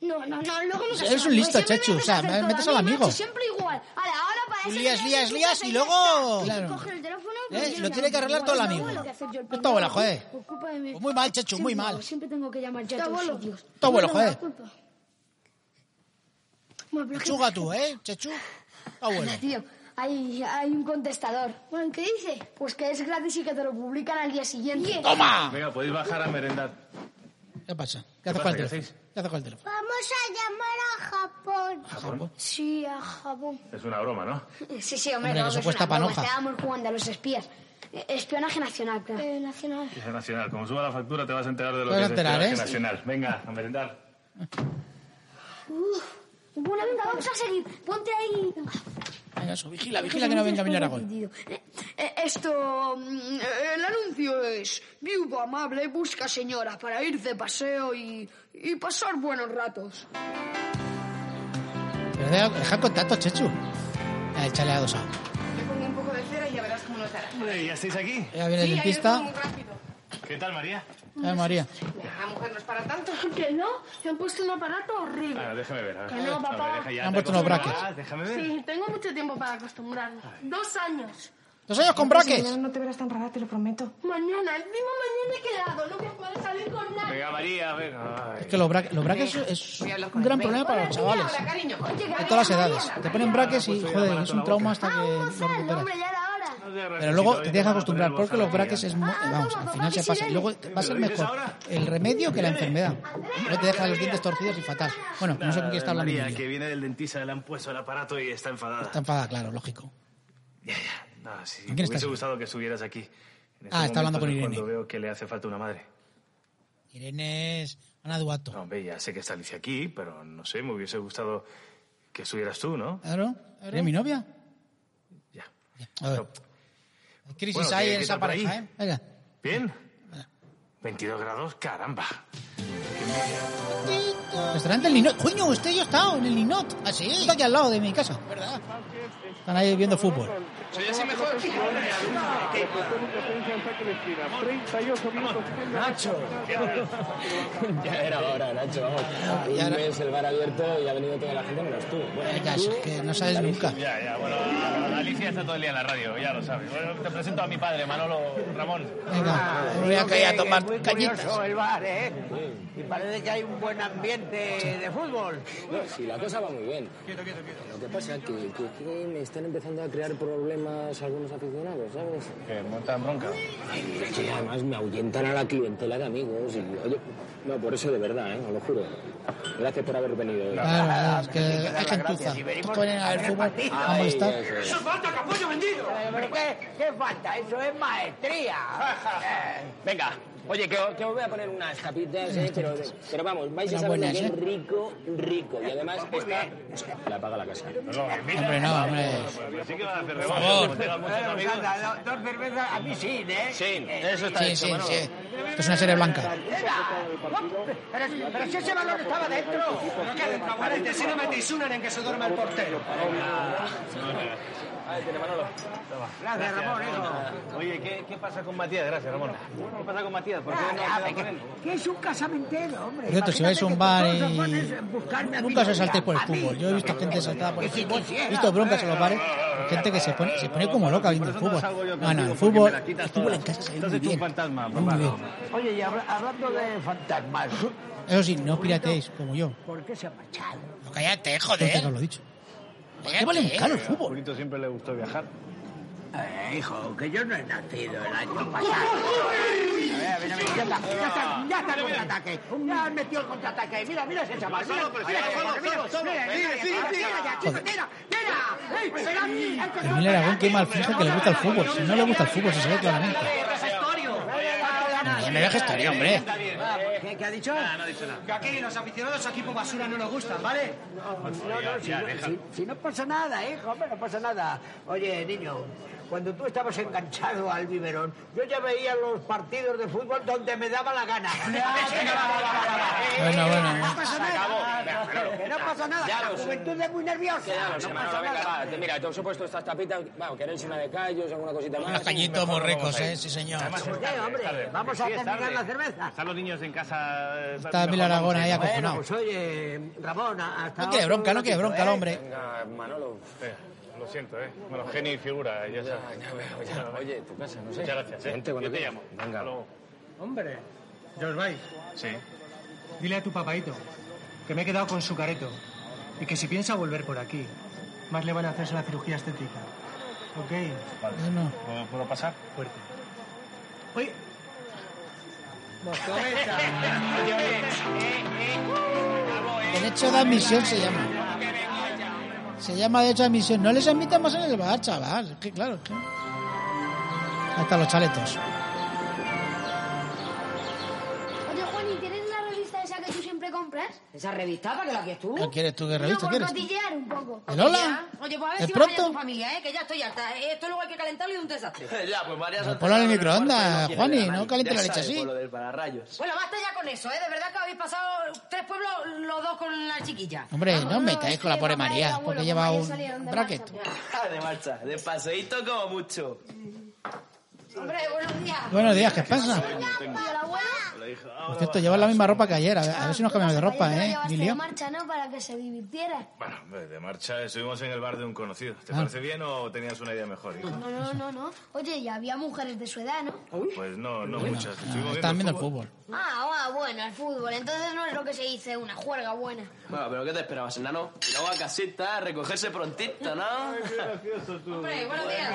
S12: No, no, no, luego nos
S3: Eres un listo, Chechu, o sea, me- Eh, metes al amigo.
S12: siempre igual. A la hora para eso...
S3: Lías,
S12: tienes
S3: lías,
S12: tu
S3: lías y
S12: casa ya
S3: luego-
S12: está.
S3: Claro.
S12: Coge el teléfono...
S3: Eh,
S12: pues yo
S3: lo
S12: me
S3: tiene que
S12: hago
S3: arreglar
S12: igual.
S3: todo el
S12: Es mi
S3: amigo.
S12: abuelo que hacer yo el
S3: Es tu abuelo,
S12: pendejo.
S3: joder.
S12: Ocupa de mí.
S3: Pues muy mal, Chechu, muy
S12: Siempre-
S3: mal.
S12: Siempre tengo que llamar yo a
S7: Tu
S12: todos
S7: abuelo.
S12: los sitios.
S3: Tu abuelo,
S12: Bueno, la
S3: joder.
S12: culpa. Bueno, pero es que-
S3: Chuga tú, ¿eh? Chechu. Ah, bueno.
S12: Tío, hay, hay un contestador. Bueno, ¿qué dice? Pues que es gratis y que te lo publican al día siguiente.
S3: ¡Toma!
S8: Venga, podéis bajar a merendar.
S3: ¿Qué pasa? ¿Qué haces con el
S8: pasa?
S3: teléfono?
S8: ¿Qué hacéis?
S3: ¿Qué haces con el teléfono?
S7: Vamos a llamar a Japón.
S8: ¿Japón?
S12: Sí, a Japón.
S8: Es una broma, ¿no?
S12: Sí, sí, hombre,
S3: Hombre,
S12: no,
S3: eso
S12: que es
S3: cuesta
S12: una broma.
S3: panoja.
S12: Estábamos jugando a los espías. Eh, Espionaje nacional, claro.
S7: Eh, nacional.
S8: Es nacional. Como suba la factura te vas a enterar de
S3: Te
S8: lo
S3: vas
S8: que
S3: a
S8: es
S3: enterar,
S8: espionaje
S3: ¿eh?
S8: nacional. Venga, a merendar.
S12: Bueno, venga, vamos a seguir. Ponte ahí.
S3: Venga, eso, vigila, vigila que no venga mi Aragón.
S12: Tío,
S11: Eh, Esto, mm, eh, el anuncio es viudo amable busca señora para ir de paseo y, y pasar buenos ratos.
S3: Pero deja, deja el contacto, Chechu. Ya, échale a dos a.
S4: Le pongo un poco de cera y ya
S8: Hombre, ¿Ya estáis aquí?
S3: Ya viene el
S13: Sí, ahí
S3: dentista.
S13: estuvo muy rápido.
S8: ¿Qué tal, María?
S3: Ay, María.
S13: La mujer no es para tanto.
S7: ¿Que no? Se han puesto un aparato horrible.
S8: Ah, déjame ver. a ver.
S7: Que no, papá.
S8: Hombre, deja ya,
S3: Han
S8: te
S3: puesto unos
S8: acostumbras,
S3: brackets.
S8: Déjame ver.
S7: Sí, tengo mucho tiempo para acostumbrarme. Dos años.
S3: ¿Dos años con brackets?
S13: Mañana no te verás tan rara, te lo prometo.
S7: Mañana, el mismo mañana he quedado. No voy a poder salir con nadie.
S8: Venga, María, a ver. Ay.
S3: Es que los, bra- los brackets es
S13: Voy a hablar con
S3: un gran
S13: él.
S3: problema para los
S13: Hola,
S3: chavales.
S13: hola, cariño.
S3: De todas las edades. Te ponen brackets y,
S8: Pues, oye,
S3: joder,
S8: aparato
S3: es
S8: en
S3: un
S8: la
S3: trauma
S8: boca.
S3: hasta que lo
S6: Gonzalo,
S3: recuperas.
S6: hombre, ya era hora.
S8: No te hagas
S3: Pero
S8: si
S3: luego
S8: todavía
S3: te dejas
S8: vas a poner
S3: acostumbrar porque los
S8: bozal,
S3: brackets
S8: ya.
S3: es muy...
S6: Ah,
S3: Vamos, al
S6: papá,
S3: final
S6: que
S3: se
S6: si
S3: pasa. Y
S6: viene.
S3: luego te- va a ser
S8: ¿Me lo dices
S3: mejor
S8: ahora?
S3: el remedio que la enfermedad. No te deja los dientes torcidos y fatal. Bueno, no sé con quién está hablando. mi
S8: María,
S3: niño.
S8: que viene del dentista, le han puesto el aparato y está enfadada.
S3: Está enfadada, claro, lógico.
S8: Ya, ya. No, si
S3: ¿Con quién
S8: me
S3: estás?
S8: hubiese gustado que estuvieras aquí. En
S3: Ah,
S8: estos
S3: está hablando
S8: momentos
S3: con
S8: es
S3: Irene.
S8: Cuando veo que le hace falta una madre.
S3: Irene es Ana Duato.
S8: No, hombre, ya sé que está Alicia aquí, pero no sé, me hubiese gustado que estuvieras tú, ¿no?
S3: Claro, ¿eres mi novia?
S8: Ya.
S3: A ver.
S8: No.
S3: Crisis
S8: Bueno, ¿qué-
S3: hay en
S8: qué
S3: esa
S8: tal por
S3: pareja,
S8: ahí?
S3: ¿eh? Venga.
S8: ¿Bien? 22 grados, caramba.
S3: Restaurante El Linot. Coño, usted y yo he estado en El Linot. Ah, sí. Está aquí al lado de mi casa. ¿Verdad? Están ahí viendo fútbol.
S8: ¿Soy así mejor?
S9: Nacho. ya era hora, Nacho, vamos. Un
S3: ya era-
S9: mes el bar abierto y ha venido toda la gente menos tú. Bueno,
S3: Venga, es que no sabes nunca.
S8: Ya, ya, bueno, Alicia está todo el día en la radio, ya lo sabes. Bueno, te presento a mi padre, Manolo Ramón.
S6: Ah,
S3: Venga, me voy a caer a tomar cañitas.
S10: el bar, ¿eh? Y parece que hay un buen ambiente de fútbol.
S9: no, sí, la cosa va muy bien. Lo que pasa es que, que- que me están empezando a crear problemas algunos aficionados, ¿sabes?
S8: Que montan bronca.
S9: Y que además me ahuyentan a la clientela de amigos. Y, oye, no, por eso de verdad, ¿eh? Os lo juro. Gracias por haber venido.
S3: Claro, es que hay gentuza. Ponen Ah, a ver fútbol, a
S9: Ay,
S3: molestar.
S9: eso es.
S10: ¿Pero qué, qué falta? Eso es maestría.
S9: Venga, oye, que, os- que os voy a poner unas tapitas, ¿eh? pero, pero vamos, vais a
S3: Unas
S9: saber lo
S3: buenas,
S9: que es
S3: ¿eh?
S9: rico, rico. Y además está... La paga la casa.
S3: Hombre, no, hombre.
S8: Así pues, que va a hacer pues, rebote, como tengas muchos
S10: Eh,
S8: amigos.
S10: Sandra, do- dos cervezas a mí sí, ¿eh?
S9: Sí,
S10: eso
S3: Sí, sí, sí. Esto es una serie blanca.
S10: Pero, pero si ese balón estaba dentro. ¿Pero qué dentro? Aguarete, si no metéis una en que se duerma el portero. Gracias, Ramón, hijo.
S8: Oye, ¿qué, ¿qué pasa con Matías? Gracias, Ramón. ¿Qué pasa con Matías? ¿Por qué no
S10: Ah,
S8: queda con
S10: que-
S8: él?
S10: que es un casamentero, hombre.
S3: Por cierto, si vais a un bar
S10: Imagínate que
S3: y...
S10: vosotros pones buscarme a mí,
S3: Nunca se saltéis por el
S10: a mí.
S3: fútbol. Yo he visto gente saltada por el
S10: Que si
S3: fútbol.
S10: quisiera,
S3: He visto broncas en los bares. Gente que se pone, se pone como loca viendo el fútbol. Ah, No, no, el fútbol, el fútbol en casa se ve muy
S8: Entonces tú un
S3: bien.
S8: fantasma,
S3: Muy
S8: papá.
S3: bien.
S10: Oye, y habla- hablando de fantasmas,
S3: Eso sí, no pirateéis como yo.
S10: ¿por qué se ha marchado?
S3: No, cállate, joder. No os lo he dicho. ¿Por qué valen caro el
S8: Eh, A
S3: fútbol?
S8: Julito siempre le gustó viajar.
S10: Eh, hijo, que yo no he nacido el año pasado. A ver, a ver, a ver, ya está, ya está, ya está el contraataque. Ya han metido el contraataque. Mira, mira ese chaval. Mira, mira, mira, mira, mira, mira, mira, mira, chico, mira, mira. Ey, penalti, el control,
S3: Emilio Aragón
S10: penalti.
S3: quema al fijo que le gusta el fútbol. Si no le gusta el fútbol, se sabe claramente. No me dejes historia, hombre.
S10: ¿Qué, qué ha dicho? Que aquí los aficionados a equipo basura no nos gustan, ¿vale? No, no, si, no si- si no pasa nada, hijo, hombre, no pasa nada. Oye, niño, cuando tú estabas enganchado al biberón, yo ya veía los partidos de fútbol donde me daba la gana. Eh,
S3: Bueno, bueno, eh.
S10: No
S3: bueno.
S10: pasa nada. Que no pasa nada.
S9: Ya
S10: La
S9: lo sé.
S10: juventud es muy nerviosa.
S9: Quedaros,
S10: No
S9: hermano,
S10: pasa
S9: venga,
S10: nada.
S9: va, Mira, te os he puesto estas tapitas. Va, ¿queréis una de callos, alguna cosita más?
S3: Unos cañitos morrecos, ¿eh? Sí, señor.
S10: Eh, hombre, vamos a
S8: Sí, es
S10: terminar
S8: tarde.
S10: la cerveza.
S8: Están los niños en casa. eh,
S3: Está
S8: mejor
S3: Emilio
S8: vamos
S3: Aragón
S8: a-
S3: ahí
S10: Bueno,
S3: acojonado.
S10: pues oye, Ramón, hasta
S3: No quiere
S10: otro
S3: bronca, no quiere
S10: ratito,
S3: bronca el
S10: ¿eh?
S3: hombre.
S9: Venga, Manolo.
S8: Eh, Lo siento, ¿eh? Bueno, genio y figura, eh, ya sabes.
S9: Ya veo, ya. Oye, tu casa, no sé.
S8: Muchas gracias, ¿eh?
S9: Vente cuando
S8: Yo te
S9: quieras.
S8: llamo.
S9: Venga.
S8: Hasta luego.
S14: Hombre, ya os vais.
S8: Sí.
S14: Dile a tu papaito que me he quedado con su careto y que si piensa volver por aquí, más le van a hacerse la cirugía estética. ¿Ok?
S3: No, no.
S8: ¿Puedo, puedo pasar?
S14: Fuerte. Oye.
S3: Derecho de admisión se llama. Se llama derecho de admisión. No les admitan más en el bar, chaval. Es que claro. es que- Ahí están los chaletos.
S6: Oye, Juan, ¿y tienes la revista esa que tú siempre compras?
S13: ¿Esa revista para que la quieres tú?
S3: ¿Qué quieres tú? ¿Qué
S6: No,
S3: revista
S6: por
S3: quieres?
S6: cotillear un poco.
S3: ¿El hola?
S13: Oye, pues a ver
S3: ¿El
S13: si vas a tu
S3: pronto?
S13: familia, ¿eh? que ya estoy harta. Esto luego hay que calentarlo y un desastre.
S9: Ya, pues María
S3: Pero ponlo en el microondas, Juani. No caliente la leche así.
S13: Bueno, basta ya con eso, ¿eh? De verdad que habéis pasado tres pueblos los dos con la chiquilla.
S3: Hombre, no me
S6: metáis
S3: metáis con la pobre María, porque lleva un bracket.
S9: De marcha, de paseíto como mucho.
S15: Hombre, buenos días.
S3: Buenos días, ¿qué pasa?
S10: eh.
S3: Por cierto, llevas la misma ropa que ayer. A ver, a ver si nos cambiamos de ropa, ¿eh, Emilio?
S12: marcha, ¿no? Para que se divirtiera.
S8: Bueno, hombre, de marcha eh, estuvimos en el bar de un conocido. ¿Te
S3: Ah.
S8: parece bien o tenías una idea mejor? hijo?
S12: No, no, no, no. Oye, y había mujeres de su edad, ¿no?
S8: Pues no, no
S3: Bueno,
S8: muchas.
S3: ah,
S8: Estuvimos
S3: están viendo el fútbol.
S12: Ah, ah, bueno, el fútbol. Entonces no es lo que se dice, una juerga buena.
S9: Bueno, pero ¿qué te esperabas, enano? Y luego a casita, a recogerse prontito, ¿no?
S15: Hombre, buenos días.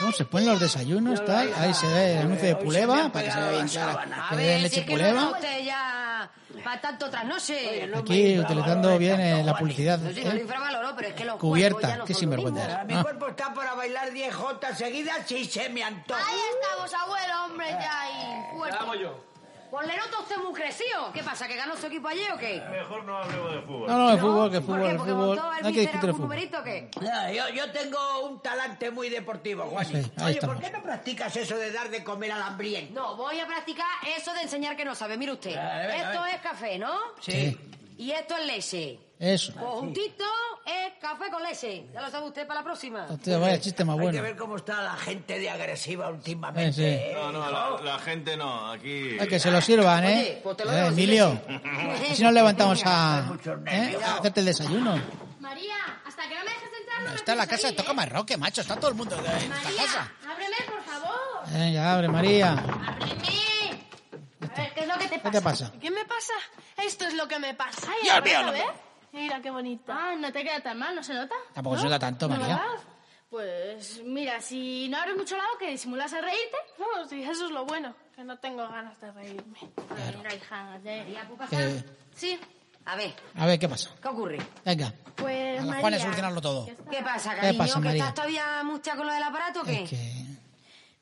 S3: ¿Cómo se ponen los desayunos, tal? Ahí se ve el anuncio de Puleva, para que se vea bien clara.
S13: A
S3: Que den
S13: ver, si
S3: leche
S13: es que no
S3: Puleva.
S13: da usted ya para tanto trasnoche.
S3: Aquí, utilizando bien eh, la publicidad.
S13: No
S3: ¿eh?
S13: sé, no lo infravaloró, pero es que los cuerpos ya
S3: Cubierta,
S13: no
S3: qué
S13: son lo mismo.
S3: sinvergüenza.
S10: Mi cuerpo está para bailar 10 J seguidas si se me antoja.
S12: Ahí estamos, abuelo, hombre, ya ahí. Fuerte.
S10: Eh, Vamos yo.
S13: Pues le noto a usted muy crecido. ¿Qué pasa, que ganó su equipo ayer o qué?
S8: Mejor no hablemos de fútbol.
S3: No, no, el fútbol, que el
S13: ¿Por
S3: fútbol,
S13: qué?
S3: el
S13: ¿Porque
S3: fútbol.
S13: montó el
S3: Eh, No hay que
S13: míster
S3: discutir el
S13: algún
S3: fútbol.
S13: numerito o qué?
S10: Ah, Yo, yo tengo un talante muy deportivo, Juan.
S3: Sí, ahí
S10: Oye,
S3: estamos.
S10: ¿por qué no practicas eso de dar de comer al hambriento?
S13: No, voy a practicar eso de enseñar que no sabe. Mire usted,
S10: A ver, a
S13: esto
S10: ver.
S13: es café, ¿no?
S3: Sí,
S13: Y esto es leche.
S3: eso.
S13: Conjuntito es café con leche. Ya lo sabe usted para la próxima.
S3: Hostia, vaya chiste más
S10: Hay que
S3: bueno.
S10: ver cómo está la gente de agresiva últimamente.
S3: Eh, sí.
S8: No, no, la, la gente no. Aquí.
S3: Ay, que se lo sirvan,
S10: Oye,
S3: ¿eh?
S10: pues te lo
S3: Eh,
S10: debo, sí,
S3: Emilio,
S10: sí.
S3: si nos levantamos a, ¿eh? a hacerte el desayuno.
S11: María, hasta que no me dejes entrar, no me
S3: Está en la
S11: dejes
S3: casa de
S11: salir,
S3: Toca Marroque, macho. Está todo el mundo en
S11: ¿eh?
S3: esta casa.
S11: María, ábreme, por favor.
S3: Venga, abre, María.
S11: ¡Ábreme! A ver, ¿qué es lo que
S3: ¿Qué
S11: te pasa?
S3: te pasa?
S11: ¿Qué me pasa? Esto es lo que me pasa.
S3: Dios
S11: ahora
S3: mío,
S11: vas a
S3: no me-
S11: ver. Mira qué bonito. Ah, no te queda tan mal, ¿no se nota?
S3: Tampoco se nota tanto,
S11: ¿No,
S3: María.
S11: verdad? Pues mira, si no abres mucho la boca y disimulas a reírte, no, Oh, sí, eso es lo bueno, que no tengo ganas de reírme. Venga, hija, ya.
S3: Que-
S11: Sí. Ah,
S13: A ver,
S3: a ver, ¿qué pasa?
S13: ¿qué ocurre?
S3: Venga,
S11: Pues
S3: a las
S11: María,
S3: Juanes solucionarlo todo.
S13: ¿Qué pasa,
S3: ¿Qué
S13: cariño?
S3: pasa,
S13: ¿Que
S3: María?
S13: estás todavía mustia con lo del aparato o qué?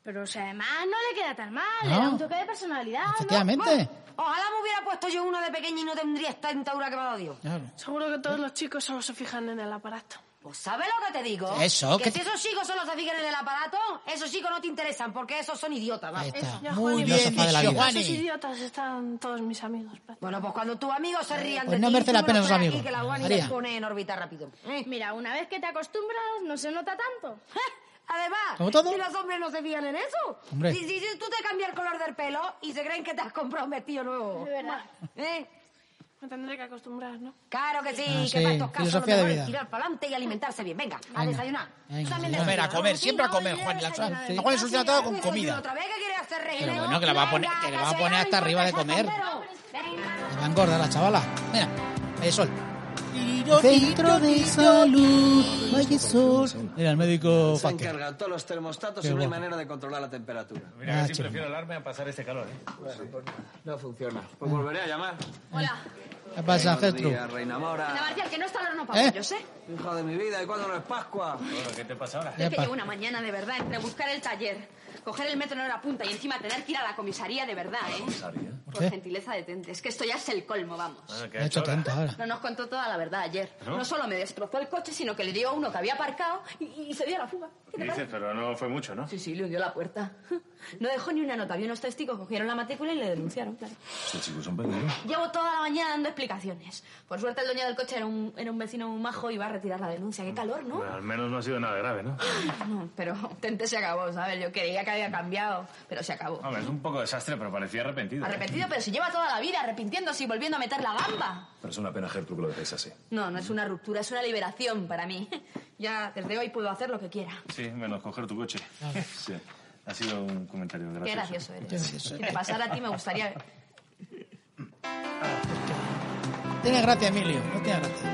S11: Pero, o sea, además no le queda tan mal,
S13: No.
S11: le da un toque de personalidad, ¿no?
S3: Ah. Efectivamente.
S13: Ojalá me hubiera puesto yo uno de pequeño y no tendría esta entaura que me ha dado Dios.
S3: Claro.
S11: Seguro que todos los chicos solo se fijan en el aparato.
S13: Pues ¿sabes lo que te digo?
S3: Eso,
S13: que
S3: que
S13: si
S3: te-
S13: esos chicos solo se fijan en el aparato, esos chicos no te interesan porque esos son idiotas, ¿vale?
S3: está. Ya, Muy Juani, bien filósofa de la dicho, vida. Juani.
S11: Esos idiotas están todos mis amigos.
S13: Bueno, pues cuando tus amigos se rían
S3: Pues
S13: de
S3: no
S13: ti,
S3: merece
S13: tú
S3: la
S13: no
S3: pena
S13: por
S3: esos
S13: aquí,
S3: amigos.
S13: que la Juani
S3: María.
S13: te pone en órbita rápido. ¿Eh?
S11: Mira, una vez que te acostumbras, no se nota tanto.
S13: Además,
S3: ¿Cómo todo?
S13: si los hombres no se fijan en eso,
S3: Hombre.
S13: si, si- si tú te cambias el color del pelo y se creen que te has comprado un vestido nuevo.
S11: De verdad.
S13: ¿Eh?
S11: Me tendré que acostumbrar, ¿no?
S13: Claro que sí,
S3: Ah,
S13: que
S3: sí,
S13: para estos casos lo
S3: filosofía de
S13: mejor es
S3: vida.
S13: tirar para adelante y alimentarse bien. Venga, a desayunar.
S3: Venga, Eh.
S13: También
S3: a comer,
S13: desayunar.
S3: a comer, siempre a comer, Juan. La, la Juan le soluciona todo con comida.
S13: Otra vez que quieres hacer reír.
S3: Pero
S13: ¿no?
S3: bueno, que la va a poner, que le va a poner hasta arriba de comer. Le va a engordar la chavala. Mira, hay sol. Centro de salud, Valle Sol. Mira, el médico
S9: Se
S3: Faque.
S9: encargan todos los termostatos
S3: Qué
S9: y no hay
S3: guapo.
S9: manera de controlar la temperatura. pues
S16: Mira,
S3: Ah,
S16: que sí
S3: chico.
S16: prefiero alarme a pasar este calor, ¿eh?
S9: No funciona. Pues volveré a llamar.
S11: Hola.
S3: Mm. ¿Qué pasa,
S9: Buenos
S3: Gertrude?
S9: días, Reina Mora.
S11: Ana Marcial, que no está el horno
S3: ¿Eh?
S11: para yo sé.
S9: Hija de mi vida, ¿y cuándo no es Pascua? ¿qué te pasa ahora?
S11: Es que
S3: Epa.
S11: llevo una mañana de verdad entre buscar el taller, coger el metro en hora punta y encima tener que ir a la comisaría de verdad, ¿eh?
S3: ¿Por
S11: Por
S3: qué?
S11: gentileza detente, es que esto ya es el colmo, vamos.
S3: Le ha hecho tanto ahora.
S11: No nos contó toda la verdad ayer.
S8: ¿No?
S11: ¿No? solo me destrozó el coche, sino que le dio a uno que había aparcado y, y se dio a la fuga. ¿Qué te
S8: Dices,
S11: parece?
S8: pero no fue mucho, ¿no?
S11: Sí, sí, le hundió la puerta. No dejó ni una nota. Había unos testigos, cogieron la matrícula y le denunciaron, claro.
S8: Este chico es un pendejo.
S11: Llevo toda la mañana dando explicaciones. Por suerte el dueño del coche era un, era un vecino muy majo y va a retirar la denuncia. Qué calor, ¿no? Pues
S8: Bueno, al menos no ha sido nada grave, ¿no?
S11: No, pero Tente se acabó, ¿sabes? Yo creía que había cambiado, pero se acabó.
S8: Hombre, es un poco desastre, pero parecía arrepentido. ¿eh?
S11: Arrepentido, pero se lleva toda la vida arrepintiéndose y volviendo a meter la gamba.
S8: Pero es una pena, Gertrude, que lo dejéis así.
S11: No, no es una ruptura, es una liberación para mí. Ya desde hoy puedo hacer lo que quiera.
S8: Sí, menos coger tu coche. Sí. Ha sido un comentario gracioso.
S11: Qué gracioso eres. Si te pasara a ti me gustaría...
S3: Tiene gracia, Emilio. No tiene gracia.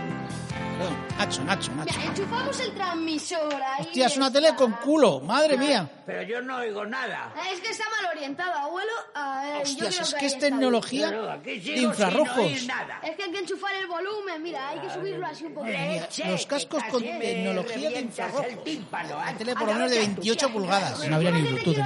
S3: Perdón. Nacho, Nacho, Nacho.
S12: Ya, enchufamos el transmisor ahí.
S3: Hostia, es una tele con culo. Madre mía.
S10: Pero yo no oigo nada.
S12: Ah, Es que está mal orientado, abuelo. A ver, yo
S3: Hostias,
S12: creo
S3: es
S12: que
S3: que
S12: ahí
S3: es
S12: está bien.
S3: tecnología
S10: Pero aquí
S3: de
S10: sigo sin
S3: infrarrojos.
S10: oír nada.
S12: Es que hay que enchufar el volumen, mira, hay que subirlo así un poquito.
S3: Los cascos con tecnología de infrarrojos.
S10: ¿eh?
S3: Una tele por lo menos de 28 pulgadas. No habría ni Bluetooth, ¿eh?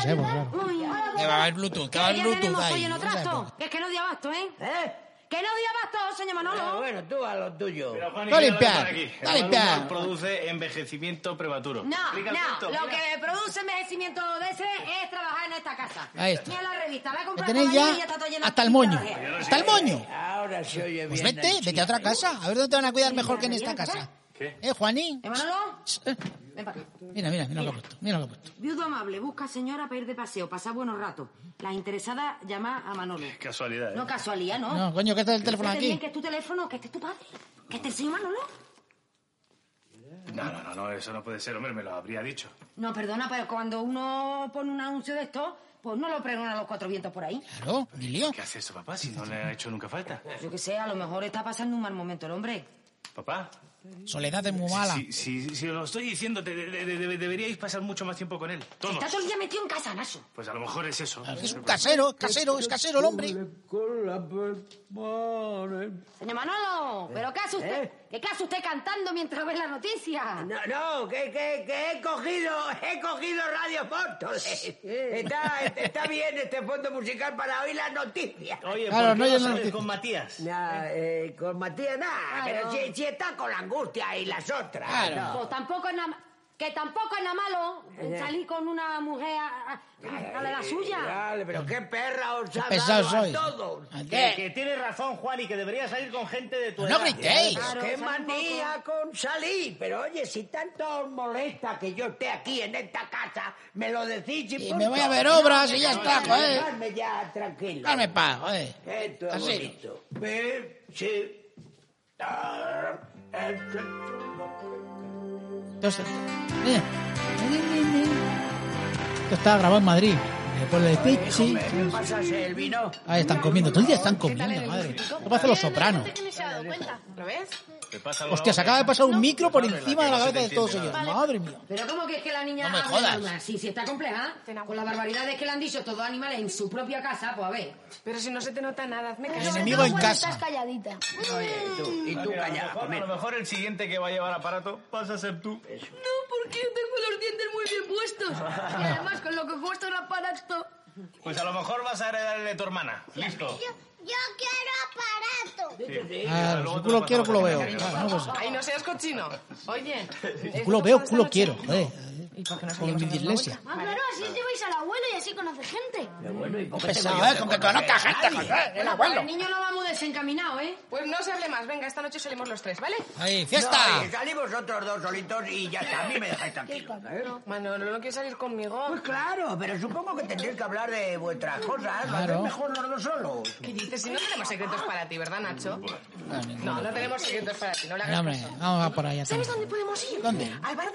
S3: Que va a haber Bluetooth, que va a haber
S13: Ya
S3: Bluetooth
S13: tenemos hoy
S3: ahí.
S13: en otro
S3: O sea,
S13: acto. Que es que no di abasto, ¿eh?
S10: ¿Eh?
S13: Que no di abasto, señor
S10: Pero
S13: Manolo.
S10: bueno, tú a lo tuyo.
S8: Juan,
S3: Va a
S8: ¿y qué
S3: limpiar,
S8: hablas por aquí?
S3: va a
S8: El mal
S3: limpiar.
S8: humor produce envejecimiento prematuro.
S13: No,
S8: Explica el
S13: Ah, no.
S8: punto,
S13: Lo
S8: mira.
S13: que produce envejecimiento de ese es trabajar en esta casa.
S3: Ahí está.
S13: Mira la revista, la he
S3: Lo
S13: comprado
S3: tenéis
S13: toda allí y
S3: ya
S13: está todo lleno de
S3: hasta el moño.
S13: pintadas.
S3: ¡Hasta el moño!
S10: Ahora se oye bien.
S3: Pues vete,
S10: el
S3: vete a otra
S10: chiste.
S3: casa. A ver dónde te van a cuidar mejor que en esta casa. ¿Qué? ¿Eh, Juanín? eh,
S13: Manolo? Ven para acá.
S3: Mira, mira, mira lo que ha puesto. Mira lo que ha puesto.
S13: Viudo amable, busca señora para ir de paseo, pasar buenos ratos. La interesada llama a Manolo.
S8: Casualidad, ¿eh?
S13: No casualidad, ¿no?
S3: No, coño, que este es el teléfono
S13: Fíjate
S3: aquí.
S13: bien que es tu teléfono, que este es tu padre, que este es el señor Manolo.
S8: No, no, no, no, eso no puede ser, hombre, me lo habría dicho.
S13: No, perdona, pero cuando uno pone un anuncio de esto, pues no lo pregonan a los cuatro vientos por ahí.
S3: Claro, ni lío.
S8: ¿Qué hace eso, papá, si no le ha hecho nunca falta?
S13: Yo que sé, a lo mejor está pasando un mal momento el hombre.
S8: Papá.
S3: Soledad es muy mala.
S8: Si, si- si os lo estoy diciendo, te- de- de- de- deberíais pasar mucho más tiempo con él. Todos.
S13: Está todo el día metido en casa, Nacho.
S8: Pues a lo mejor es eso.
S3: Es un casero, es casero, es casero el hombre.
S13: Señor Manolo, ¿pero qué hace
S10: ¿Eh?
S13: usted? ¿Qué, qué hace usted cantando mientras ve la noticia?
S10: No,
S3: Ah.
S10: no, que, que, que he cogido, he cogido Radio Portos. Está, está bien este fondo musical para oír las noticias.
S8: Oye,
S3: Claro, ¿por qué no, no yo no sales
S8: con Matías?
S10: eh, con Matías nada,
S13: Claro.
S10: pero si, si está con la angustia y las otras.
S3: Claro.
S10: no.
S13: Pues tampoco es nada... Que tampoco es nada malo salir con una mujer a, a- a la suya.
S10: Eh, Dale, pero qué perra os
S3: Qué
S10: ha
S3: pesado
S10: dado
S3: soy.
S10: a todos.
S3: ¿Qué? Pues
S8: tienes razón, Juan, y que deberías salir con gente de tu
S3: No gritéis.
S10: Pero Pues qué
S13: sale un
S10: manía con salir. Pero oye, si tanto os molesta que yo esté aquí en esta casa, me lo decís y,
S3: Y
S10: punto.
S3: me voy a ver obras y ya
S10: No,
S3: está,
S10: no,
S3: joder.
S10: dejadme ya, tranquilo.
S3: Dame pa, joder.
S10: Esto es
S3: Casero.
S10: bonito. Ve, sí. Ah, esto-
S3: Entonces, mira. Esto está grabado en Madrid. Después le pichi.
S10: ¿Me pasas el vino?
S3: Ah, están comiendo. Todo el día están
S13: tal
S3: comiendo,
S13: el
S3: madre.
S13: músico?
S3: ¿Cómo hacen los sopranos?
S7: que ni se ha dado cuenta.
S13: ¿Lo ves?
S8: Te pasa algo
S3: Hostia, se
S8: ahora,
S3: acaba de pasar un micro por
S8: Hombre, la
S3: encima de la
S8: que no se
S3: cabeza
S8: te
S3: de todos ellos.
S8: entiende
S3: Madre mía.
S13: Pero ¿cómo que es que la niña
S3: No me
S13: habla
S3: jodas.
S13: normal? Sí, sí, está compleja. Con las barbaridades que le han dicho estos dos animales en su propia casa, pues a ver.
S4: Pero si no se te nota nada, hazme
S3: El
S4: caso.
S3: enemigo en
S12: Bueno,
S3: casa.
S12: Estás calladita.
S10: Y tú
S8: Eh, Mira, a lo
S10: callado,
S8: mejor- A lo mejor el siguiente que va a llevar aparato vas a ser tú.
S12: No, porque yo tengo los dientes muy bien puestos. Y además, con lo que cuesta el aparato.
S8: Pues a lo mejor vas a heredarle de tu hermana. Listo.
S12: yo quiero aparato.
S3: Ah,
S8: luego
S3: el
S8: te
S3: culo
S8: lo
S3: quiero,
S8: pasamos
S3: culo
S8: a
S3: veo.
S8: la cariño.
S3: Ah, no, pues,
S4: Ay, no seas cochino. Oye. esto
S3: culo
S4: lo
S3: veo,
S4: pasas
S3: culo
S4: anoche.
S3: quiero. Joder. Con mi iglesia.
S12: Ah, claro, así os lleváis al abuelo y así conoces gente.
S3: Pesado, ¿eh? Con que conozca gente, joder. El
S13: Bueno,
S3: abuelo.
S13: el niño no va muy desencaminado, ¿eh?
S4: Pues no se hable más. Venga, esta noche salimos los tres, ¿vale?
S3: Ahí,
S10: No,
S3: fiesta.
S10: oye, salid vosotros dos solitos y ya está. A mí me dejáis tranquilo.
S4: Manolo, ¿no quieres salir conmigo?
S10: Pues claro, pero supongo que tendréis que hablar de vuestras cosas. Lo
S3: Claro.
S10: hacéis mejor los dos solos.
S4: ¿Qué dices? Si no tenemos secretos para ti, ¿verdad, Nacho?
S3: Ah, ningún-
S4: No, no tenemos secretos para ti. No le
S3: No,
S4: hagas
S3: hombre,
S4: caso.
S3: vamos a por allá.
S4: ¿Sabes dónde podemos ir?
S3: ¿Dónde?
S4: Al bar de Ramón.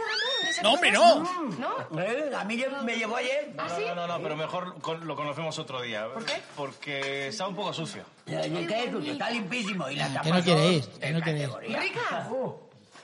S4: ese
S3: No, hombre,
S4: que
S3: no.
S4: conocemos. ¿No?
S10: Eh, A mí ya me llevó ayer.
S17: ¿Ah,
S8: No, no, no, no, pero mejor con- lo conocemos otro día. ¿Por
S4: qué?
S8: Porque está un poco sucio.
S10: Eh, ¿Qué es suyo? Está limpísimo. Y la
S3: Ah, que no quiere ir, que no quiere ir.
S4: ¡Rica!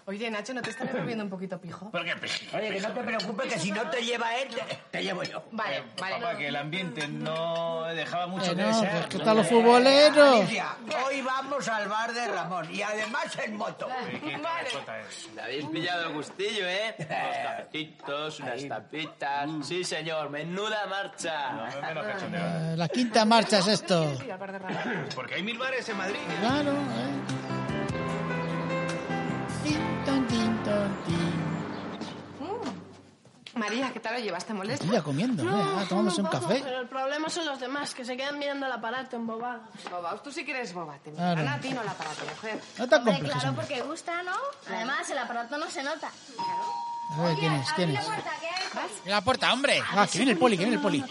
S4: Oye, Nacho, ¿no te estás volviendo un poquito pijo?
S8: ¿Por qué? Pues,
S10: Oye, que no te preocupes, que si no te lleva él, te, te llevo yo.
S4: Vale, vale.
S8: Papá, que el ambiente no dejaba mucho
S3: Eh,
S8: que
S3: no,
S8: desear.
S3: pues ¿qué tal los futboleros?
S10: Alicia, hoy vamos al bar de Ramón y además en moto.
S8: Eh, qué
S4: Vale.
S8: cabezota eres.
S9: Le habéis pillado el gustillo, ¿eh? Unos cafecitos, unas tapitas. Sí, señor, menuda marcha.
S8: No, menos cachondeo.
S3: Eh, La quinta marcha es esto.
S4: Sí, al bar de Ramón.
S8: Porque hay mil bares en Madrid.
S3: Claro, eh. Tin, ton, tin, ton, tin. Mm.
S4: María, ¿qué tal lo llevas? ¿Te molesta?
S3: Tía, comiendo, eh. Ah, tomándose un
S7: poco,
S3: café.
S7: Pero el problema son los demás, que se quedan mirando el aparato embobados.
S4: Bobaos, tú sí que eres boba. Te
S3: Claro.
S4: miran a ti, no la para tu mujer.
S3: No tan
S12: Hombre,
S3: complejo.
S12: claro,
S3: hombre.
S12: porque gusta, ¿no? Además, el aparato no se nota.
S3: A ver, ¿quién es? ¿Quién
S12: Abrí
S3: es?
S12: la puerta, ¿qué hay?
S3: En la puerta, hombre. Ah, que viene el poli, que viene el poli.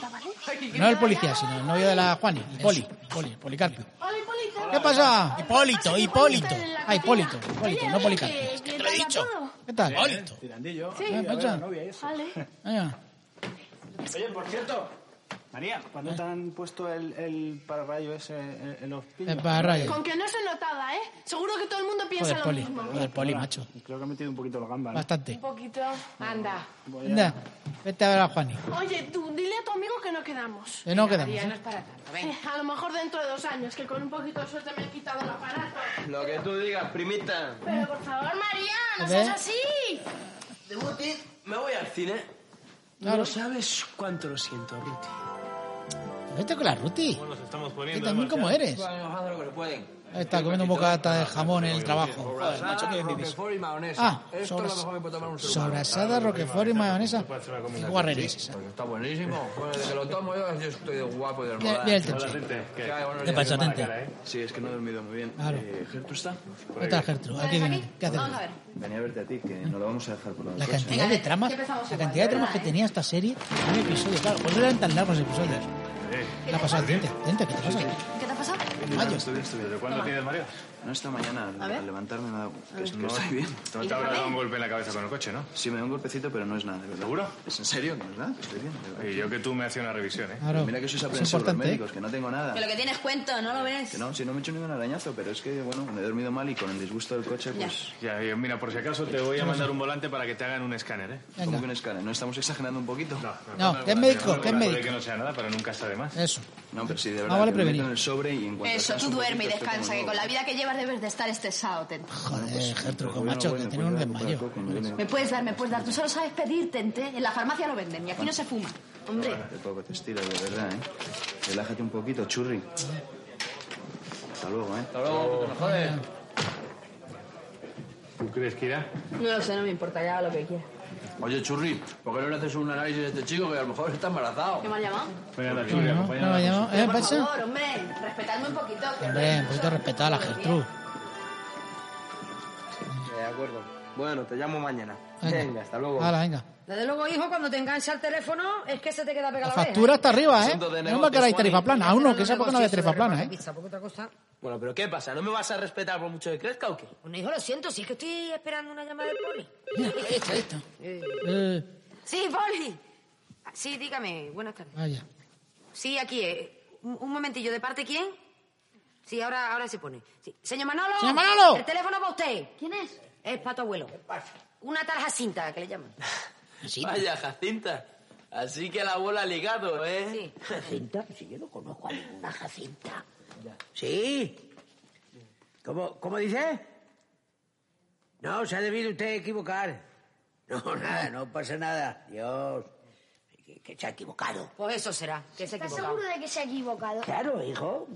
S4: Ay,
S3: No el policía, sino el novio de la Juani. El poli, el poli, el policarpio.
S7: Hola, Hipólito.
S3: ¿Qué pasa? Hipólito,
S7: Pasa que
S3: Hipólito.
S7: está en la
S3: Ah, Hipólito,
S7: cocina.
S3: Hipólito,
S7: Oye,
S3: no
S7: oye,
S3: policarpio.
S7: que-
S3: Es que
S7: que
S3: te lo he
S7: traiga
S3: dicho.
S7: todo.
S3: ¿Qué tal? Hipólito.
S17: Tirandillo.
S7: Sí.
S3: Eh, Pacha.
S7: Vale.
S3: Venga.
S17: Oye, por cierto. María, ¿cuándo te han puesto el, el pararrayo ese en- en los pinos?
S3: Eh. El pararrayo.
S7: Con que no se notaba, ¿eh? Seguro que todo el mundo piensa
S3: Joder,
S7: lo
S3: poli.
S7: mismo.
S3: Joder, poli, macho.
S17: Creo que ha metido un poquito la gamba, ¿no?
S3: Bastante.
S7: Un poquito.
S4: Anda.
S3: Anda, vete a ver a Juani.
S7: Oye, tú, dile a tu amigo que no quedamos.
S3: Que no quedamos.
S4: María, no
S3: ¿eh?
S4: es para tanto.
S7: Eh,
S4: Venga.
S7: a lo mejor dentro de dos años, que con un poquito de suerte me he quitado el aparato.
S9: Lo que tú digas, primita.
S7: Pero por favor, María,
S3: A
S7: no
S3: ver.
S7: seas así.
S9: De bote, me voy al cine.
S3: Claro.
S9: sabes cuánto lo siento, Ruti.
S3: Vete con la Ruti.
S8: ¿Cómo nos estamos
S3: ¿Y
S8: poniendo?
S3: también
S8: Marcial?
S3: cómo eres?
S9: Bueno, haz lo que pueden.
S3: Está comiendo un bocata de jamón en el trabajo. Joder, macho, qué dices.
S18: Roquefort y mayonesa.
S3: Ah,
S18: Esto es lo
S3: sobras-
S18: mejor que puede tomar un ser humano.
S3: Sobrasada, roquefort y mayonesa. Qué guarrería es
S18: Sí,
S3: esa.
S9: Pues
S18: porque Está buenísimo. Bueno, desde que lo tomo yo, yo estoy de guapo y de
S3: Mira-
S18: almohada.
S3: mira el tenso.
S18: Hola, Tente. ¿Qué, hay? Buenos
S3: ¿Qué
S18: días.
S3: pasa, Tente?
S9: Sí, es que no he dormido muy bien.
S3: Claro.
S9: Eh, ¿Gertrude está?
S3: ¿Dónde está Gertrude? Aquí viene. ¿Qué haces?
S13: Vamos a ver.
S9: Venía a verte a ti, que no lo vamos a dejar por la
S3: La
S9: noche.
S3: cantidad de tramas,
S13: Ya empezamos
S3: la
S13: igual,
S3: cantidad de tramas que
S13: ¿verdad,
S3: tenía esta serie en un episodio, claro, por eso eran tan largos los episodios.
S8: Eh,
S3: La pasada, gente, gente, ¿qué te pasa?
S13: ¿Qué te ha pasado?
S3: Mayo.
S9: Ah, Estoy bien, estoy bien.
S8: ¿Cuándo
S13: Toma.
S8: tienes mareos?
S9: No, esta mañana al,
S13: A ver.
S9: al levantarme me ha dado...
S13: A ver.
S9: Es que
S8: No.
S9: estoy bien.
S8: No te habrá dado un golpe en la cabeza con el coche, ¿no?
S9: Sí, me da un golpecito, pero no es nada, de verdad.
S8: ¿Seguro?
S9: ¿Es en serio? ¿No es nada? Estoy bien. de verdad.
S8: Y yo que tú me hacía una revisión, ¿eh?
S9: Pero Mira que sois aprensivos los
S8: importante, ¿eh?
S9: médicos, que no tengo nada.
S11: Que lo que tienes cuento, ¿no lo ves?
S9: Que no, si no me he hecho ningún arañazo, pero es que, bueno, me he dormido mal y con el disgusto del coche, pues...
S8: Ya, yo, mira, por si acaso te voy a mandar un volante para que te hagan un escáner, ¿eh?
S9: Como que un escáner? ¿No estamos exagerando un poquito? No,
S3: No, no, que es no, médico, no, que es no, médico. puede
S9: que no sea nada, pero nunca está de más.
S3: Eso.
S9: No, pero sí, de verdad.
S3: vale
S9: que me
S3: prevenir.
S9: meto en el sobre y en cuanto
S11: Eso,
S9: descanso
S11: tú
S9: un
S11: duerme y
S9: poquito, estoy
S11: descansa, que
S9: como
S11: con
S9: nuevo. pues,
S11: la vida que llevas debes de estar estresado, Ten.
S3: Joder, Gertrude, con macho, que tiene un desmayo.
S11: Me puedes dar, me puedes dar. Tú solo sabes pedir, Tente. En la farmacia lo venden y aquí no se fuma. Hombre.
S9: Qué poco te estilo, de verdad, ¿eh? Relájate un poquito, churri. Hasta luego, ¿eh? Hasta luego,
S8: ¿Tú crees que irá?
S13: No lo sé, no me importa, ya lo que quieras.
S18: Oye, Churri, ¿por qué no le haces un análisis a este chico que a lo mejor está embarazado?
S13: ¿Qué me has llamado?
S3: Eh,
S8: Venga, Churri,
S3: Pues No lo
S8: acompáñala.
S3: llamo, ¿eh?
S13: Por
S3: ¿Pasa?
S13: favor, hombre, respetadme un poquito. que-
S3: Hombre, un poquito respetada la Gertrude.
S18: De acuerdo. Bueno, te llamo mañana.
S3: Venga.
S18: hasta luego.
S3: Hala, venga.
S13: Desde luego, hijo, cuando te engancha el teléfono, es que se te queda
S3: La
S13: pegada la,
S3: factura está arriba, ¿eh?
S18: Asunto de
S3: No me que ahora hay
S18: negocios,
S3: tarifa
S18: Juan.
S3: plana. A uno, que esa época no había tarifa plana, ¿eh?
S13: Pizza, porque otra cosa.
S18: Bueno, pero ¿qué pasa? ¿No me vas a respetar por mucho que crezca o qué?
S13: Bueno, hijo, lo siento, si es que estoy esperando una llamada del poli.
S3: Eh,
S13: Sí, poli. Sí, dígame, buenas tardes.
S3: vaya.
S13: Sí, aquí, eh, un, un momentillo, ¿de parte quién? Sí, ahora, ahora se pone. Sí. Señor Manolo.
S3: Señor Manolo.
S13: El teléfono para usted. ¿Quién es? Es para tu abuelo. Una tarja cinta, que le llaman.
S18: Vaya, Jacinta. Así que la abuela ha ligado, ¿eh?
S10: Jacinta, si yo no conozco a ninguna Jacinta. Sí.
S6: ¿Cómo, cómo dice? No, se ha debido usted equivocar.
S10: No, nada, no pasa nada. Dios, que, que se ha equivocado.
S13: Pues eso será, que se ha
S12: ¿Estás
S13: equivocado.
S12: seguro de que se ha equivocado?
S10: Claro, hijo.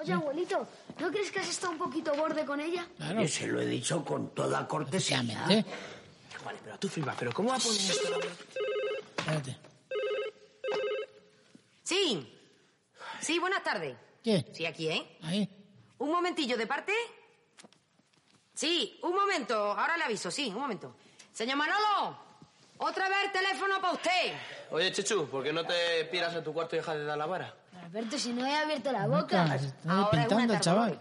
S12: Oye, abuelito, ¿no crees que has estado un poquito borde con ella?
S10: Yo se lo he dicho con toda cortesía.
S18: Vale, pero tú flipas, pero ¿cómo va a poner esto?
S3: Espérate.
S13: Sí. Sí, buenas tardes.
S3: ¿Qué?
S13: Sí, aquí, ¿eh?
S3: Ahí.
S13: Un momentillo, ¿de parte? Sí, un momento. Ahora le aviso, sí, un momento. Señor Manolo, otra vez el teléfono para usted.
S18: Oye, Chechu, ¿por qué no te piras a tu cuarto y dejas de dar la vara?
S12: Alberto, si no he abierto la
S3: Nunca,
S12: boca.
S3: se está pintando el chaval.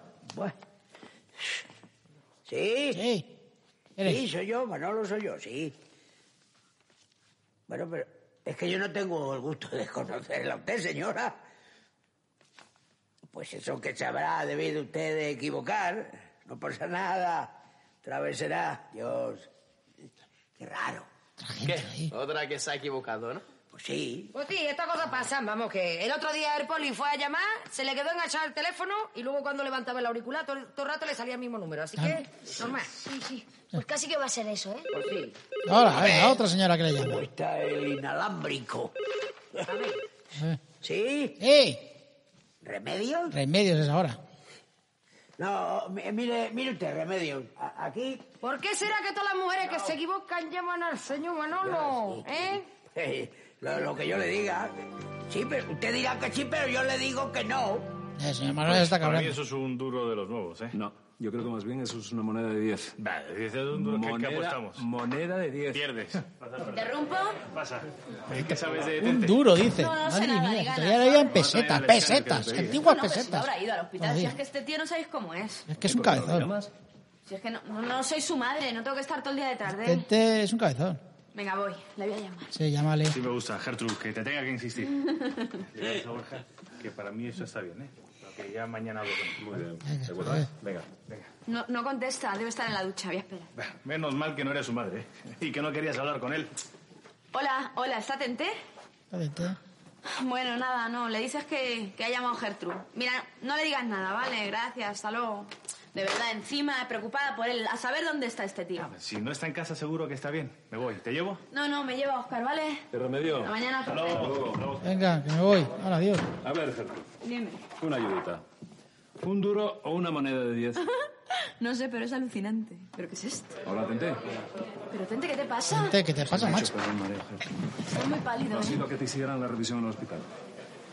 S10: Sí.
S3: Sí.
S10: Sí, soy yo, Manolo soy yo, sí. Bueno, pero es que yo no tengo el gusto de conocerla a usted, señora. Pues eso que se habrá debido usted de equivocar, no pasa nada, otra vez será. Dios, qué raro.
S18: ¿Qué? Otra que se ha equivocado, ¿no?
S10: Pues sí,
S13: Pues sí, estas cosas pasan, vamos, que el otro día el poli fue a llamar, se le quedó enganchado el teléfono y luego cuando levantaba el auricular todo, todo el rato le salía el mismo número, así que normal.
S12: Sí, sí. Pues casi que va a ser eso, ¿eh?
S13: Pues sí.
S3: Ahora, a ver, a otra señora que le llamo.
S10: ¿Cómo está el inalámbrico? ¿Sí?
S3: ¡Eh!
S10: ¿Remedios?
S3: Remedios es ahora.
S10: No, mi- mire, mire usted, Remedios. a- Aquí
S13: ¿Por qué será que todas las mujeres que se equivocan llaman al señor Manolo? ¿Eh?
S10: Eh, lo, lo que yo le diga. Sí, pero usted dirá que sí, pero yo le digo que no.
S3: Eh, señor Manuel está
S8: Pues Para mí
S3: cabrón.
S8: eso es un duro de los nuevos, ¿eh?
S9: No, yo creo que más bien eso es una moneda de 10.
S8: Vale, dices un duro que,
S9: Moneda-
S8: apostamos.
S9: Moneda de 10.
S8: Pierdes.
S11: ¿Interrumpo?
S8: Pasa. ¿Qué sabes de
S3: Un
S8: Tente?
S3: duro, dice.
S11: No, no sé
S3: Madre
S11: nada,
S3: mía,
S11: ni
S3: todavía
S11: ganas.
S3: le en
S8: No,
S3: pesetas,
S8: no,
S3: pesetas,
S8: no, no, no,
S3: antiguas
S11: no, pero si no
S3: pesetas.
S11: habrá ido al hospital, si
S3: Todavía.
S11: es que este tío no sabéis cómo es.
S3: Es que es un cabezón.
S11: Si es que no, no, no soy su madre, no tengo que estar todo el día detrás de él.
S3: Gente es un cabezón.
S11: Venga, voy, le voy a llamar.
S3: Sí, llámale.
S8: Sí me gusta, Gertrude, que te tenga que insistir. Le digas a Borja que para mí eso está bien, ¿eh? Pero que ya mañana hablo con Muy bien, ¿de acuerdo? Venga, venga.
S11: No, no contesta, debe estar en la ducha, voy a esperar.
S8: Menos mal que no eres su madre ¿eh? y que no querías hablar con él.
S11: Hola, hola, ¿está Tente?
S3: Espérate.
S11: Bueno, nada, no, le dices que, que ha llamado Gertrude. Mira, no le digas nada, ¿vale? Gracias, hasta luego. De verdad, encima, preocupada por él, a saber dónde está este tío.
S8: Si no está en casa, seguro que está bien. Me voy, ¿te llevo?
S11: No, no, me lleva Oscar, ¿vale?
S8: ¿Te remedio?
S11: Hasta mañana.
S8: Hasta luego.
S3: Venga, que me voy. Ahora, adiós.
S19: A ver, Gertrude,
S11: Dime.
S19: una ayudita. ¿Un duro o una moneda de 10?
S11: No sé, pero es alucinante. ¿Pero qué es esto?
S19: Hola, Tente.
S11: ¿Pero Tente, qué te pasa?
S3: Tente, ¿qué te pasa, macho?
S11: Estás muy pálido,
S19: Ha
S11: ¿eh?
S19: sido que te hicieran la revisión en el hospital.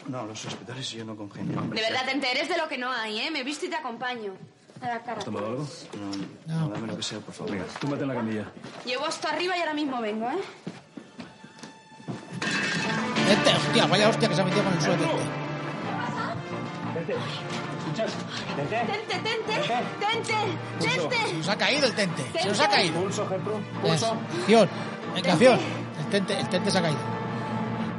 S9: No, los hospitales yo no congenio.
S11: De verdad, Tente, eres de lo que no hay, ¿eh? Me he visto y te acompaño. A la cara.
S19: ¿Has tomado algo?
S3: No, no,
S19: dame lo que sea, por favor. Venga, túmbate en la camilla.
S11: Llevo esto arriba y ahora mismo vengo, ¿eh?
S3: Vete, hostia, vaya hostia que se ha metido con el suelo.
S6: Tente, ¿escuchas? Tente.
S11: Tente, tente, tente,
S6: Pulso.
S3: Se
S11: tente.
S3: nos ha caído el tente. Se nos ha caído.
S6: Pulso, Gertrude.
S3: Pulso. Fior, venga, Fior. El tente, el tente se ha caído.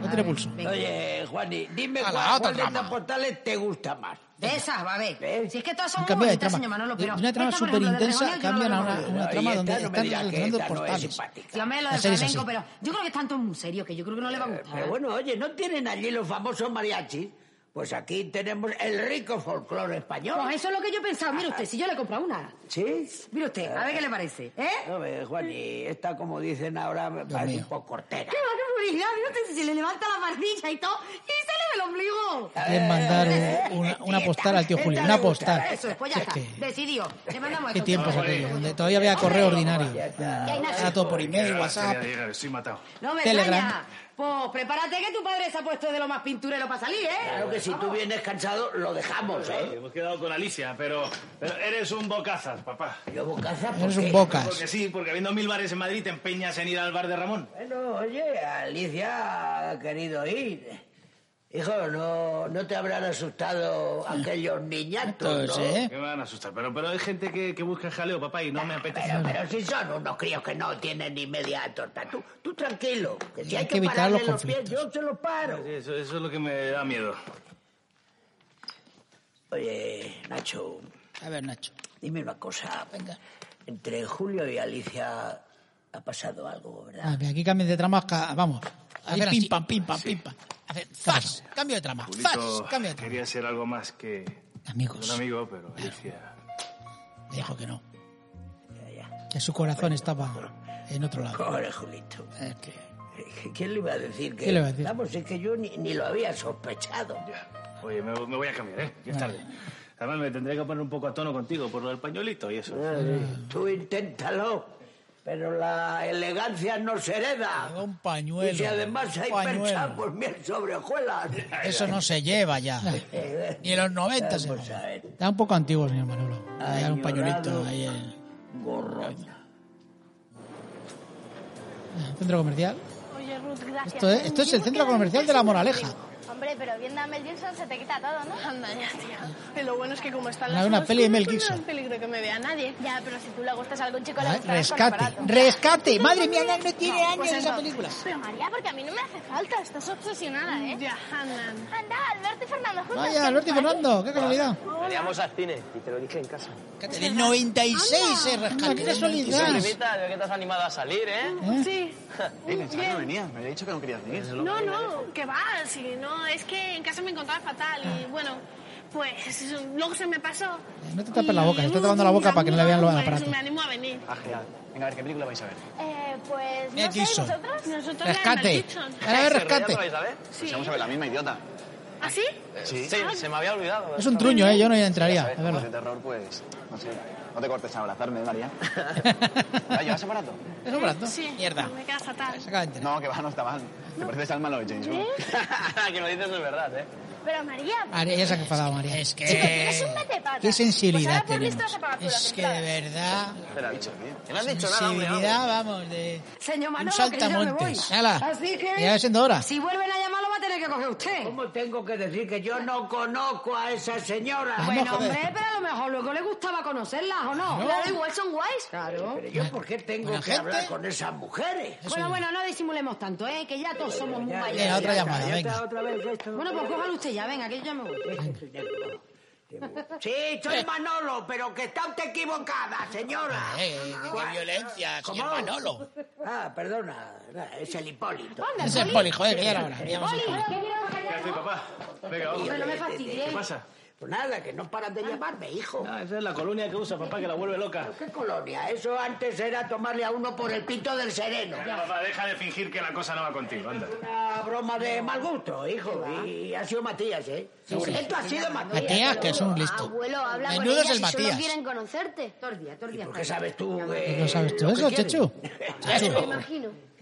S3: No tiene pulso.
S10: Oye, Juani, dime
S3: A la
S10: cuál,
S3: otra
S10: cuál de
S3: trama.
S10: estas postales te gusta más.
S13: De esas, va a ver. Si es que todas son
S3: Han
S13: muy
S3: cambiado ¿Eh? de
S13: bonitas,
S3: trama.
S13: señor Manolo,
S3: De
S13: pero...
S3: una trama
S13: esta, por
S3: súper
S13: ejemplo, del
S3: intensa
S13: demonio, yo no
S3: cambian
S13: la
S3: a una,
S13: recuerdo.
S3: una
S10: Ahí
S3: trama
S10: está,
S3: donde
S10: este no me
S3: están
S10: digas que
S3: relacionando
S10: esta no es
S3: portales.
S10: simpática.
S13: Sí, hombre, lo del
S3: Así es, así
S13: flamenco,
S3: es.
S13: pero yo creo que es tanto muy serio que yo creo que no le va a gustar.
S10: Eh, Pero bueno, oye, ¿no tienen allí los famosos mariachis? Pues aquí tenemos el rico folclore español.
S13: Pues eso es lo que yo pensaba. Mire usted, si yo le compro una.
S10: ¿Sí?
S13: Mire usted, a ver qué le parece. ¿Eh?
S10: No, ve, Juani, esta, como dicen ahora, me parece un poco cortera.
S13: ¡Qué va, qué publicidad! Mire usted, si le levanta la barbilla y todo, y sale del ombligo.
S3: Quieren mandar un- una, una postal al tío Julio. Una postal.
S13: Eso es, pues ya está.
S3: ¿Qué,
S13: Decidido. Le mandamos
S3: qué
S13: esto.
S3: tiempos aquellos? Donde todavía había correo ordinario.
S13: nada.
S3: Era todo por email,
S8: Ah,
S3: WhatsApp.
S8: quería llegar, Estoy matado.
S13: No me
S3: Telegram.
S13: extraña. Pues prepárate que tu padre se ha puesto de lo más pinturero para salir, ¿eh?
S10: Claro que si tú
S13: Vamos.
S10: vienes cansado, lo dejamos, ¿eh?
S8: Hemos quedado con Alicia, pero, pero eres un bocazas, papá.
S10: Yo bocaza, ¿por
S3: Eres
S10: qué?
S3: un bocas.
S8: Porque sí, porque habiendo mil bares en Madrid te empeñas en ir al bar de Ramón.
S10: Bueno, oye, Alicia ha querido ir. Hijo, no, no te habrán asustado aquellos niñatos, ¿no?
S3: Entonces, ¿eh?
S8: Que me van a asustar, pero, pero hay gente que, que busca jaleo, papá, y no me apetece.
S10: Pero, pero si son unos críos que no tienen ni media torta. Tú, tú tranquilo, que si
S3: Hay
S10: hay,
S3: que evitar
S10: pararle
S3: los
S10: los pies, yo se los paro.
S8: Sí, Eso, eso es lo que me da miedo.
S10: Oye, Nacho,
S3: A ver, Nacho.
S10: dime una cosa.
S3: Venga.
S10: Entre Julio y Alicia ha pasado algo, ¿verdad?
S3: Ah, que aquí cambian de trama. ca- Vamos. A ver,
S10: Hacer así.
S3: pim, pam, pim, pam, pim, pam. A ver, zas. Cambio de trama. Zas.
S8: Julito
S3: Cambio de trama.
S8: quería ser algo más que
S3: Amigos.
S8: un amigo, pero Alicia...
S3: Me dijo que no. Que su corazón estaba en otro lado.
S10: Pobre Julito.
S3: Eh, que-
S10: ¿Quién le iba a decir que...?
S3: ¿Quién le iba a decir?
S10: Vamos, es que yo ni, ni lo había sospechado.
S8: Oye, me, me voy a cambiar, ¿eh? Ya es tarde. Además, me tendré que poner un poco a tono contigo por lo del pañuelito y eso.
S10: Eh, Tú inténtalo, pero la elegancia no se hereda.
S3: Lleva un pañuelo,
S10: Y si además
S3: un
S10: hay
S3: pañuelo.
S10: percha, pues miel sobre hojuelas.
S3: Eso no se lleva ya.
S10: Eh,
S3: Ni en los 90 se
S10: Vamos a
S3: llevaba.
S10: ver.
S3: Está un poco antiguo, señor Manolo. Hay un
S10: Añorado.
S3: pañuelito ahí eh. en
S10: Gorrona.
S3: el centro comercial.
S7: Oye, Ruth, gracias.
S3: Esto es- esto es el
S7: Yo
S3: centro
S7: creo que
S3: comercial de La Moraleja.
S20: Hombre, pero bien Dame el Gibson se te quita todo, ¿no?
S7: Anda ya, tía. Y lo bueno es que como están
S3: Una-
S7: las
S3: una
S7: cosas,
S3: peli de Mel
S7: no
S3: Gibson.
S7: es peligro que me vea nadie.
S20: Ya, pero si tú le gustas a algún chico, le
S3: Ah,
S20: gustarás con
S3: Rescate,
S20: aparato.
S3: rescate. Madre mía, no tiene
S20: No,
S3: años
S20: pues
S3: esa
S20: eso.
S3: película.
S20: Pero María, porque a mí no me hace falta, estás obsesionada, ¿eh?
S7: Ya, andan.
S20: Anda, Alberto y Fernando juntos.
S3: Vaya, Alberto y Fernando, qué casualidad.
S18: Veníamos al cine y te lo dije en casa.
S3: Que Del 96 es rescate. Qué casualidad.
S18: Primita, veo que te has animado a salir, ¿eh?
S7: Sí.
S9: no venías, me había dicho que no querías venir.
S7: No, no, que va, sí, no, es que en casa me encontraba fatal y bueno, pues luego se me pasó.
S3: Ah. No te tapes la boca,
S7: Y,
S3: te está tapando la boca
S7: mis
S3: para que no le vean los
S7: amigos,
S3: aparatos.
S7: pues, Me animo a venir.
S18: Ah, genial. Venga, a ver, ¿qué película vais a ver?
S20: Eh, pues,
S3: Mel
S20: no sé, ¿y
S3: Gibson.
S20: vosotros?
S7: Nosotros la de
S3: Rescate.
S7: Mel Gibson.
S3: Ahora a ver,
S18: ¿Ese rollo
S3: rescate.
S18: lo vais a ver? Eh,
S7: Sí.
S9: Pues Vamos a ver, la misma idiota.
S7: ¿Ah, sí?
S18: Sí, se me había olvidado.
S3: Es un truño, ¿eh? Yo no entraría,
S9: ¿Sabes?
S3: es
S9: Como es
S3: verdad.
S9: de terror, pues, no sé, no te cortes a abrazarme, María. ¿La llevas aparato?
S3: Es un brazo.
S7: Sí.
S3: Mierda.
S7: Me queda fatal.
S3: Se acaba de enterar.
S9: No, que va, no está mal. Te pareces al malo de James
S7: ¿Eh?
S9: Bond.
S18: que lo dices de verdad, ¿eh?
S20: Pero María,
S3: María, ya se ha enfadado, María. Es
S20: chico, tienes un
S3: que...
S20: metepata.
S3: Qué
S20: pues
S3: sensibilidad
S20: ahora ponles
S3: tenemos.
S20: todas apagaturas,
S3: Es que de verdad...
S18: Te lo he dicho, ¿eh? tío. Que no has dicho nada, hombre.
S3: Sensibilidad,
S18: vamos.
S3: vamos, de...
S13: Señor
S3: Un
S13: Manolo, que yo ya me voy.
S3: saltamontes. Hala.
S13: Así que...
S3: Ya va siendo hora.
S13: Si vuelven a llamarlo, va a tener que coger usted.
S10: ¿Cómo tengo que decir que yo no conozco a esa señora?
S3: Vamos,
S13: Bueno,
S3: Ah, joder.
S13: hombre, pero a lo mejor luego le gustaba conocerlas, ¿o no?
S20: Claro, igual son guays.
S13: Claro.
S10: Pero yo, ¿por qué tengo
S3: Buena
S10: que
S3: gente.
S10: hablar con esas mujeres?
S13: Bueno, bueno, no disimulemos tanto, ¿eh? Que ya todos somos muy
S3: Venga,
S13: mayores.
S3: otra
S10: está,
S3: llamada,
S10: ya está
S3: venga.
S10: otra vez esto.
S13: Bueno, pues cójalo usted ya, venga, que yo ya me voy.
S10: Sí, soy Manolo, pero que está usted equivocada, señora.
S3: Eh, qué
S10: ¿Cuál?
S3: violencia, señor
S10: ¿Cómo?
S3: Manolo.
S10: Ah, perdona, es el Hipólito.
S3: Ese es poli, joder, que ya era hora. Ya vamos a-
S13: Oli, ¿qué quieres?
S8: ¿Qué haces, papá? Venga, vamos.
S13: Hombre, no me fastidies.
S8: ¿Qué pasa?
S10: Pues nada, que no paran de llamarme, hijo.
S6: Ah, esa es la colonia que usa, papá, que la vuelve loca.
S10: ¿Qué colonia? Eso antes era tomarle a uno por el pito del sereno.
S8: Venga, papá, deja de fingir que la cosa no va contigo, anda.
S10: Una broma de mal gusto, hijo. Y ha sido Matías, ¿eh? Esto ha sido Matías.
S3: Matías, que es un listo.
S12: Abuelo, habla con
S3: Menudo es
S12: ellas
S3: el
S12: si solo
S3: Matías.
S12: quieren conocerte. Tordía, tordía.
S10: ¿Qué sabes tú? eh,
S3: ¿No sabes tú
S10: lo
S3: eso,
S10: que quieren?
S3: Chechu?
S12: Me imagino.
S6: Oh.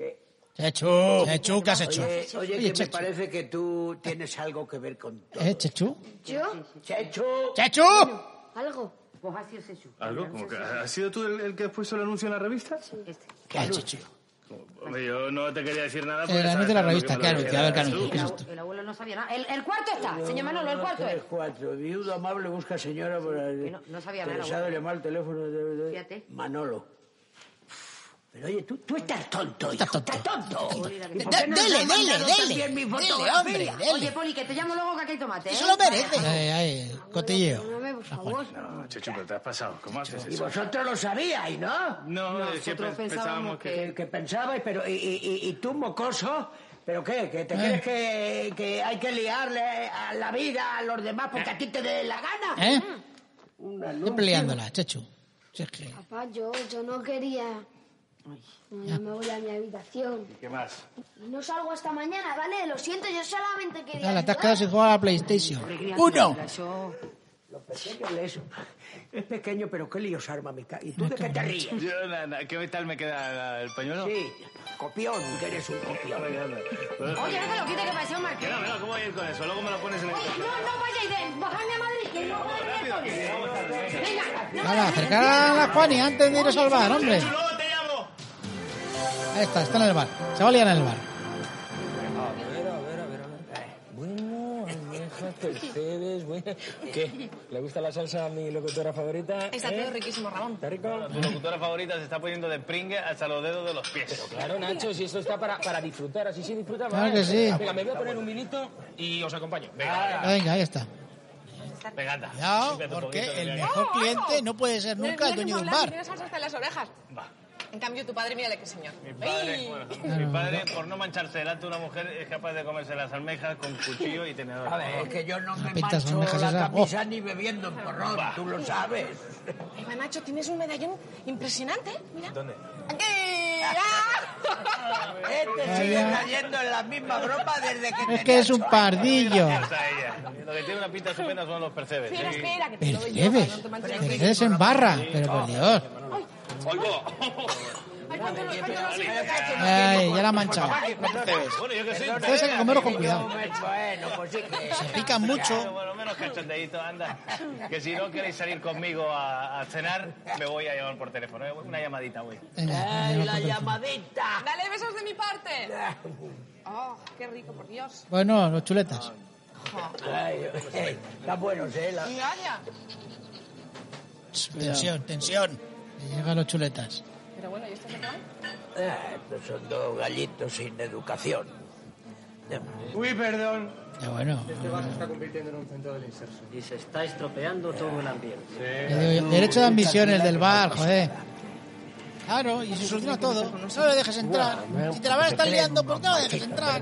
S3: Chechu, Chechu, ¿qué has hecho?
S10: Oye, oye,
S3: Oye,
S10: que me
S3: Chechu.
S10: parece que tú tienes algo que ver con...
S3: ¿Eh, Chechu?
S12: ¿Yo?
S10: ¡Chechu!
S3: ¡Chechu!
S12: ¿Algo?
S4: Pues ha sido Sechu.
S8: ¿Algo? ¿Cómo que- ¿Has sido tú el, el que has puesto el anuncio en la revista? Este.
S3: ¿Qué ha hecho,
S8: Hombre, yo no te quería decir nada.
S3: El
S8: porque
S3: anuncio
S8: sabes
S3: de la
S8: que lo que
S3: revista,
S8: me
S3: ¿qué
S8: lo
S3: anuncio? A ver, ¿qué
S8: dijeras
S3: anuncio?
S8: tú.
S3: ¿Qué
S13: El abuelo no sabía nada. El, el cuarto está, señor Manolo, el cuarto es.
S10: Tres, cuatro. Viuda amable busca señora por el...
S13: no- no sabía nada,
S10: Interesado
S13: bueno.
S10: llamar al teléfono de... de-
S13: Fíjate.
S10: Manolo. Pero oye, tú, tú estás tonto, hijo. Estás tonto. ¿Y
S3: Dele,
S10: por qué no te han
S3: dele,
S10: mandado
S3: dele.
S10: también mi
S3: Dele,
S10: fotografía?
S3: hombre,
S13: Oye,
S3: dele.
S13: Poli, que te llamo luego que aquí hay tomate. ¿eh?
S3: Eso lo merece. Ay, ay, cotilleo.
S13: Perdóname, por favor.
S8: No, Chechu, pero te has pasado. ¿Cómo haces
S10: Y
S8: eso?
S10: vosotros lo sabíais, ¿no?
S8: No, es que pe- pensábamos que...
S10: Que, que pensabais, pero... Y, y, y- y tú, mocoso... ¿Pero qué? ¿Que
S3: Eh.
S10: te crees que, que hay que liarle a la vida a los demás porque a ti te dé la gana?
S3: ¿Eh?
S10: Una luz.
S3: Siempre liándola, Chechu. Si es que-
S12: Papá, yo, yo no quería... No me voy a mi habitación.
S8: ¿Qué más?
S12: Y no salgo hasta mañana, ¿vale? Lo siento, yo solamente quería...
S3: Ala, te has
S12: ayudar.
S3: quedado sin jugar a la PlayStation. ¡Uno!
S10: Lo pequeño que es. Es pequeño, pero qué líos arma mi casa. ¿Y tú de qué te ríes?
S8: Yo, na- na- ¿Qué tal me queda la- el pañuelo?
S10: Sí, copión, que eres un copión.
S13: Oye, no te lo quite que parece un
S8: Pues- Que
S13: marqués.
S8: no, que no, ¿cómo voy a ir con eso? Luego me lo pones en el...
S13: Oye, no, no vaya Iden, bajadme a Madrid, que no voy a ir con él. Venga, no me
S3: Ala, acercar a la Juani antes de ir a salvar, hombre. Ahí está, está en el bar. Se va a liar en el bar.
S21: Bueno, almejas, Mercedes, bueno. ¿Qué? ¿Le gusta la salsa a mi locutora favorita?
S11: Está
S21: eh?
S11: todo riquísimo, Ramón.
S21: ¿Está rico?
S8: Tu locutora favorita se está poniendo de pringue hasta los dedos de los pies.
S21: Claro, Nacho, si esto está para, para disfrutar, así sí disfrutamos.
S3: Claro que sí.
S21: Venga, me voy a poner un vinito y os acompaño.
S3: Ah,
S21: Venga,
S3: Venga, ahí está.
S8: venga, venga, anda.
S3: Cuidado,
S8: Síntete un poquito,
S3: porque el
S8: venga.
S13: Oh.
S3: mejor cliente no puede ser
S11: Mira,
S3: nunca el
S11: mira
S3: dueño de
S11: cómo
S3: un
S11: hablas,
S3: bar.
S11: mira, salsa hasta las orejas. En cambio, tu padre, mírale qué señor.
S8: Mi padre,
S11: ¡Ey!
S8: bueno, mi padre, por no mancharse delante de una mujer, es capaz de comerse las almejas con cuchillo y tenedor.
S10: A ver, es que yo no me
S3: Pintas
S10: mancho
S3: almejas
S10: la
S3: esas. Oh.
S10: camisa ni bebiendo en porrón, tú lo sabes.
S11: Eva Nacho, tienes un medallón impresionante. Mira.
S8: ¿Dónde?
S11: ¡Ey! ¡Ah!
S10: Este sigue cayendo en la misma broma desde que
S3: Es
S10: tenía
S3: que es un
S10: ocho
S3: pardillo.
S8: Está ella. Lo que tiene una pinta estupenda son los percebes.
S11: Espera,
S8: sí.
S11: espera, que te lo doy yo. para
S3: Percebes.
S11: no te manches los dedos.
S3: Percebes en barra. Pero por Dios.
S11: Ay, cuánto
S10: este
S11: lo- cuánto lo siento.
S3: Ay, ya la ha manchado.
S8: Bueno, yo que soy.
S3: Entonces hay que comerlo con cuidado.
S10: años. Bueno, pues sí que...
S3: Se pican
S8: Bueno,
S3: mucho.
S8: bueno, menos cachondeíto, anda. Que si no queréis salir conmigo a, a cenar, me voy a llamar por teléfono. ¿eh? Una llamadita, güey.
S3: Venga,
S10: ¡Ay,
S3: venga,
S10: la
S3: por teléfono.
S10: llamadita!
S11: Dale besos de mi parte. Oh, qué rico, por Dios.
S3: bueno, los chuletas.
S10: Ay, eh, están buenos, ¿eh? La-
S11: Mira,
S3: Tensión, tensión. Que Llegan los chuletas.
S11: Pero bueno,
S4: este
S11: ¿y esto se cae?
S10: Ah, estos son dos gallitos sin educación.
S6: Uy, perdón.
S3: Ya bueno.
S6: bar se Este está convirtiendo en un centro del inserso.
S22: Y se está estropeando todo el ambiente.
S3: Le digo yo, Derecho de admisiones del bar, joder. Claro, y se soluciona todo. No le dejes entrar. Si te la van a estar liando, ¿por qué no le dejes entrar?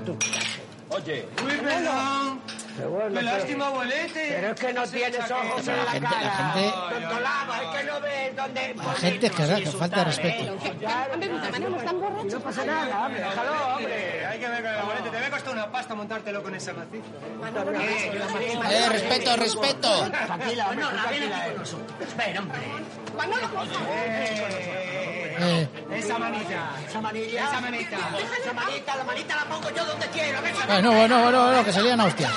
S8: Oye,
S6: Uy, perdón.
S10: Pero bueno,
S6: Me
S10: pero-
S6: lástima, abuelete.
S10: Pero es que no tienes ojos
S3: Pero
S10: en
S3: la
S10: la
S3: gente- la
S10: cara.
S3: gente-
S10: Tontolaba, es que no ves dónde...
S3: La gente es que, da- que falta de respeto.
S11: Manolo, están borrachos.
S10: No pasa nada, hombre, déjalo, hombre.
S6: Hay que ver con el abuelete. Te había costado una pasta montártelo con ese matiz.
S3: Eh, respeto, respeto.
S10: Tranquila, hombre, tú tranquila. eh. Ven, hombre.
S11: Manolo, por favor.
S3: Eh,
S6: Esa manita.
S10: Esa manilla.
S6: Esa manita.
S10: Esa manita, la manita la pongo yo donde quiero. ¿ves?
S3: bueno, bueno, bueno, bueno, que salían hostias.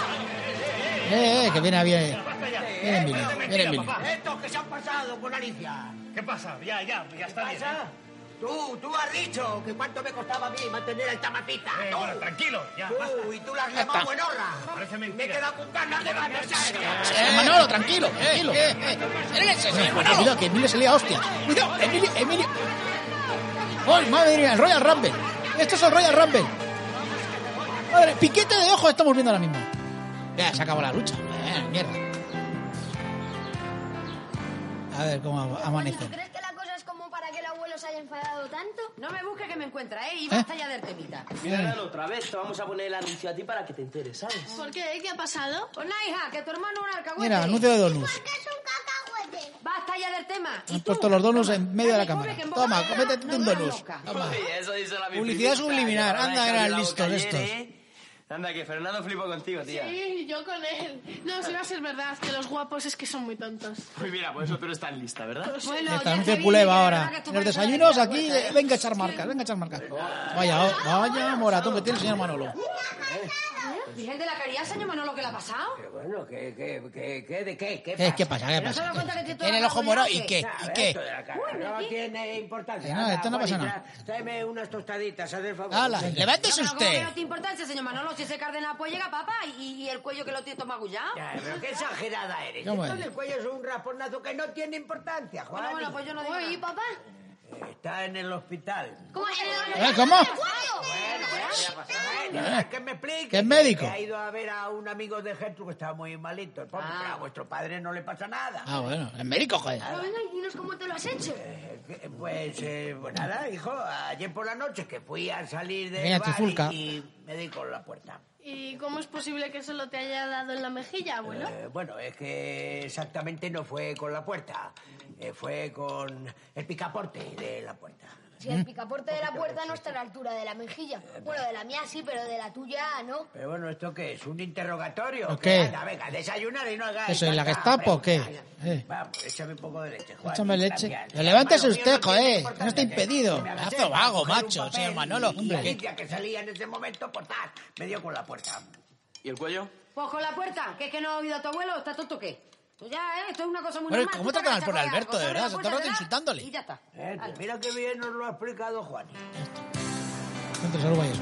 S3: Eh, eh, que viene bien. Viene
S10: Eh,
S3: en vilo, viene en vilo.
S10: Estos que se han pasado con Alicia.
S8: ¿qué pasa? Ya, ya, ya está bien. ¿eh?
S10: ¿Pasa? Tú, tú has dicho que cuánto me costaba a mí mantener esta matita.
S8: Eh,
S10: Tú.
S8: bueno, tranquilo, ya.
S10: Tú, y tú la has llamado en
S8: Parece
S10: horra. Me he
S8: mentira.
S10: quedado con ganas de matar.
S3: Eh, Manolo, tranquilo, tranquilo. Cuidado, cuidado, que Emilio se lía hostias. Cuidado, Emilio, Emilio. ¡Oh, madre mía! El Royal Rumble. Esto es el Royal Rumble. Madre, piquete de ojo estamos viendo ahora mismo. Ya, se acabó la lucha. Eh, mierda. A ver cómo ama-
S12: Juan, ¿tú
S3: amanece.
S12: crees que la cosa es como para que el abuelo nos haya enfadado tanto.
S13: No me busques que me encuentra, ¿eh? Y basta ya del temita.
S23: Mira, Nano, otra vez te vamos a poner el anuncio a ti para que te enteres, ¿sabes?
S13: ¿Por qué? ¿Qué ha pasado? Pues nada, hija, que tu hermano es un alcahuete.
S3: Mira, anuncio de donuts.
S13: Basta ya del tema.
S3: Has puesto los donuts en medio de la cámara.
S13: que en boca
S3: Toma,
S13: no,
S3: comete
S13: no,
S3: un
S13: no,
S3: donut.
S13: loca.
S3: Toma.
S24: Sí, eso dice la
S3: Publicidad
S24: biblia.
S3: subliminar.
S24: Ahora
S3: Anda,
S24: deja
S3: eran
S24: la boca
S3: listos
S24: ayer,
S3: estos.
S24: ¿eh? Anda, que Fernando flipa contigo, tía.
S7: Sí, yo con él. No, si va a ser verdad, que los guapos es que son muy tontos.
S24: Pues mira, por eso tú eres tan lista, ¿verdad?
S3: El anuncio culeva ahora. En los desayunos aquí, eh, venga a echar marcas, venga a echar marcas. Vaya, oh, vaya moratón que tiene el señor Manolo.
S13: ¿Eh? Virgen de la caridad, señor Manolo, ¿qué le ha pasado?
S10: Bueno, ¿qué, qué, qué, qué, de qué? ¿Qué
S3: Eh, ¿Qué pasa? ¿Qué
S13: ¿No se
S3: pasa?
S13: da cuenta que tiene todo
S3: Tiene el
S13: la
S3: ojo
S13: boca
S3: morado
S13: llena?
S3: y qué,
S10: Nada,
S3: y qué.
S10: ¿eh? esto de la cara no tiene importancia.
S3: Eh, nada, esto no pasa
S10: Juanita,
S3: nada.
S10: Tráeme unas tostaditas, haz el favor.
S3: Ala, levántese
S13: Pero ¿cómo que
S3: usted.
S13: no tiene importancia, señor Manolo? Si ese cardenal pues llega papa y, y el cuello que lo tiene tomagullado.
S10: Ay, pero qué exagerada eres.
S3: ¿Cómo
S10: Esto
S3: eres?
S10: del cuello es un rasponazo que no tiene importancia, Juan.
S13: Bueno, bueno, pues yo no digo
S12: Oye,
S13: nada.
S12: papá.
S10: Está en el hospital.
S12: ¿Cómo?
S3: ¿Eh, cómo?
S10: Bueno, que me explique.
S3: ¿Qué es médico?
S10: Que Ha ido a ver a un amigo de Gertrude que estaba muy malito. El pobre, pero a vuestro padre no le pasa nada.
S3: Ah, bueno, el médico, joder.
S12: Ahora venga y dinos cómo te lo has hecho.
S10: Eh, Pues, eh, pues nada, hijo, ayer por la noche que fui a salir de
S3: Mira, Trifulca.
S10: y, y me di con la puerta.
S7: ¿Y cómo es posible que solo te haya dado en la mejilla, abuelo?
S10: Eh, bueno, es que exactamente no fue con la puerta, eh, fue con el picaporte de la puerta.
S3: Mm.
S12: Si el picaporte de la puerta no está a la altura de la mejilla. Bueno, de la mía sí, pero de la tuya no.
S10: Pero bueno, ¿esto qué es? ¿Un interrogatorio?
S3: ¿O
S10: Que
S3: qué?
S10: Anda, venga, desayunar y no hagáis...
S3: ¿Eso es la
S10: tanta
S3: Gestapo o qué?
S10: pregunta.
S3: Eh.
S10: Vamos, échame un poco de leche, Juan.
S3: Échame leche.
S10: Gracias.
S3: Pero levántese
S10: Hermano mío,
S3: usted,
S10: no tiene
S3: joder.
S10: importancia
S3: No está
S10: que-
S3: impedido.
S10: que me agaché
S3: Hace
S10: para
S3: vago,
S10: coger un
S3: macho,
S10: papel
S3: señor Manolo,
S10: y
S3: hombre.
S10: la limpia que salía en ese momento, pues, ¡tac! me dio con la puerta.
S24: ¿Y el cuello?
S13: Pues con la puerta, que es que no ha oído a tu abuelo, ¿está tonto o qué? Tú ya, ¿eh? Esto es una cosa muy
S3: Bueno,
S13: normal.
S3: ¿cómo
S13: Tú te
S3: tratan al
S13: agachas
S3: pobre
S13: con algo,
S3: Alberto, de
S13: te
S3: verdad?
S13: abres la
S3: Se todo el
S13: puerta,
S3: rato
S13: ¿verdad?
S3: insultándole.
S13: Y ya está.
S10: Eh, pues mira qué bien nos lo ha explicado Juan.
S3: Entre salva y eso.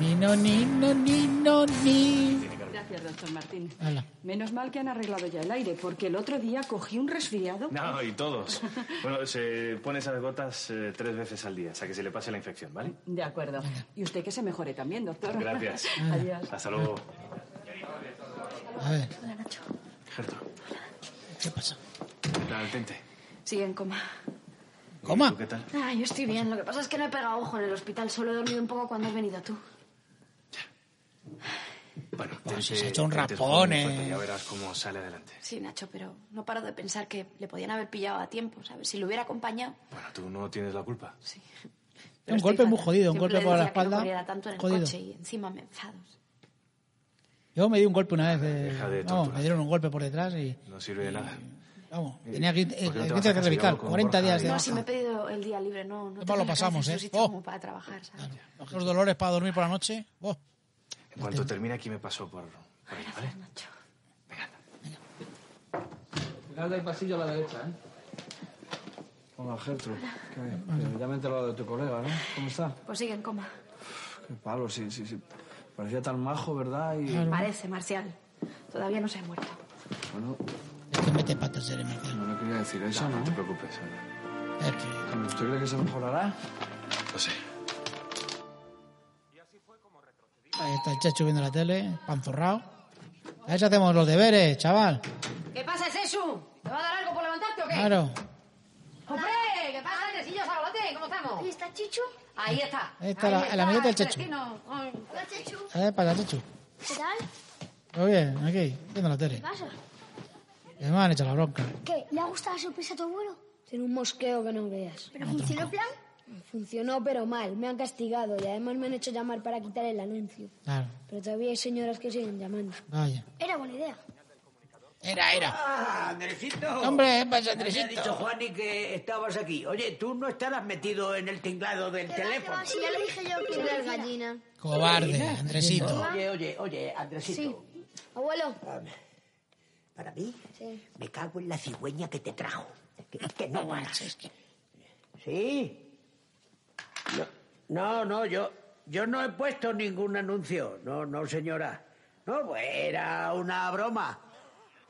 S3: Nino, nino, nino, ni.
S25: Gracias, doctor Martín.
S3: Hala.
S25: Menos mal que han arreglado ya el aire, porque el otro día cogí un resfriado.
S8: No, y todos. Bueno, se pone esas gotas eh, tres veces al día, hasta que se le pase la infección, ¿vale?
S25: De acuerdo. Y usted que se mejore también, doctor.
S8: Gracias.
S25: Adiós.
S8: Hasta luego.
S3: A ver,
S25: Hola, Nacho.
S3: ¿qué pasa?
S8: ¿Qué tal, Tente?
S25: Sigue en coma.
S3: ¿Cómo?
S8: ¿Tú qué tal?
S7: Ah, yo estoy bien. Lo que pasa es que no he pegado ojo en el hospital. Solo he dormido un poco cuando has venido tú.
S8: Bueno, pues
S3: si se ha hecho un rapón, eh.
S8: Ya verás cómo sale adelante.
S11: Sí, Nacho, pero no paro de pensar que le podían haber pillado a tiempo, ¿sabes? Si lo hubiera acompañado.
S8: Bueno, tú no tienes la culpa.
S11: Sí.
S3: Un golpe muy jodido, un
S11: este
S3: golpe
S11: Siempre le
S3: por la
S11: decía que no corriera
S3: espalda.
S11: tanto en el
S3: Jodido.
S11: coche y encima me enfado.
S3: Yo me di un golpe una vez. eh,
S8: Deja de
S3: no,
S8: torturarte.
S3: me dieron un golpe por detrás y.
S8: No sirve de nada. Eh,
S3: Vamos, tenía que eh,
S8: ¿por qué no te vas a
S3: que
S8: casa y
S3: cervical,
S8: hablo con
S3: 40
S8: Borja
S3: días de
S8: y-
S11: No,
S3: baja.
S11: si me he pedido el día libre, no. No
S3: Pues
S11: tenía
S3: lo
S11: que
S3: pasamos,
S11: hacer
S3: ¿eh?
S11: esos sitios
S3: Oh.
S11: como para trabajar, ¿sabes?
S3: Los dolores para dormir por la noche. Oh,
S8: En cuanto termine aquí me paso por... por ahí, ¿vale?
S9: Cuidado del pasillo a la derecha, ¿eh? Hola, Gertrude. ¿Qué hay? Eh, Ya me he enterado de tu colega, ¿no? ¿Cómo está?
S11: Pues sigue en coma.
S9: Qué palo, sí, sí, sí. Parecía tan majo, ¿verdad? Y...
S11: Parece, Marcial. Todavía no se ha muerto.
S9: Bueno,
S3: es que mete patas de remedio.
S9: no le quería decir eso, ¿no?
S8: No te preocupes. Ana.
S9: ¿Usted cree que se mejorará?
S8: No sé.
S3: Ahí está el chacho viendo la tele, panzorrao. A ver si hacemos los deberes, chaval.
S13: Ah, ¿Qué pasa, Sesu? ¿Te va a dar algo por levantarte o qué?
S3: Claro.
S13: ¡Hombre! ¿Qué pasa, Andresillo Sabalate? ¿Cómo estamos?
S12: ¿Y está Chichu?
S13: Ahí está.
S3: Ahí está la- el amiguito del Chechu. Eh.
S13: vecino. Ay,
S12: Hola, Chichu.
S3: A ver, para chacho.
S12: ¿Qué tal?
S3: Muy bien, aquí, viendo la
S12: ¿Qué
S3: tele.
S12: pasa?
S3: Que me han hecho la bronca.
S12: ¿Qué? ¿Le ha gustado la sorpresa a tu abuelo? Tiene un mosqueo que no veas. ¿Pero funcionó el plan? Funcionó, pero mal. Me han castigado y además me han hecho llamar para quitar el anuncio.
S3: Claro,
S12: Pero todavía hay señoras que siguen llamando.
S3: vaya.
S12: Era buena idea.
S3: Era, era.
S10: Ah, Andresito.
S3: Hombre, ¿qué pasa,
S10: Me ha
S3: Andresito?
S10: dicho Juani que estabas aquí. Oye, tú no estarás metido en el tinglado del teléfono.
S12: Si ya le dije yo que era gallina.
S3: Cobarde, Andresito.
S10: Oye, oye, oye, Andresito.
S12: Abuelo.
S10: Para mí,
S12: Sí.
S10: me cago en la cigüeña que te trajo. Que, que no ganas. Sí. No, no, no, yo, yo no he puesto ningún anuncio. No, no, señora. No, pues era una broma.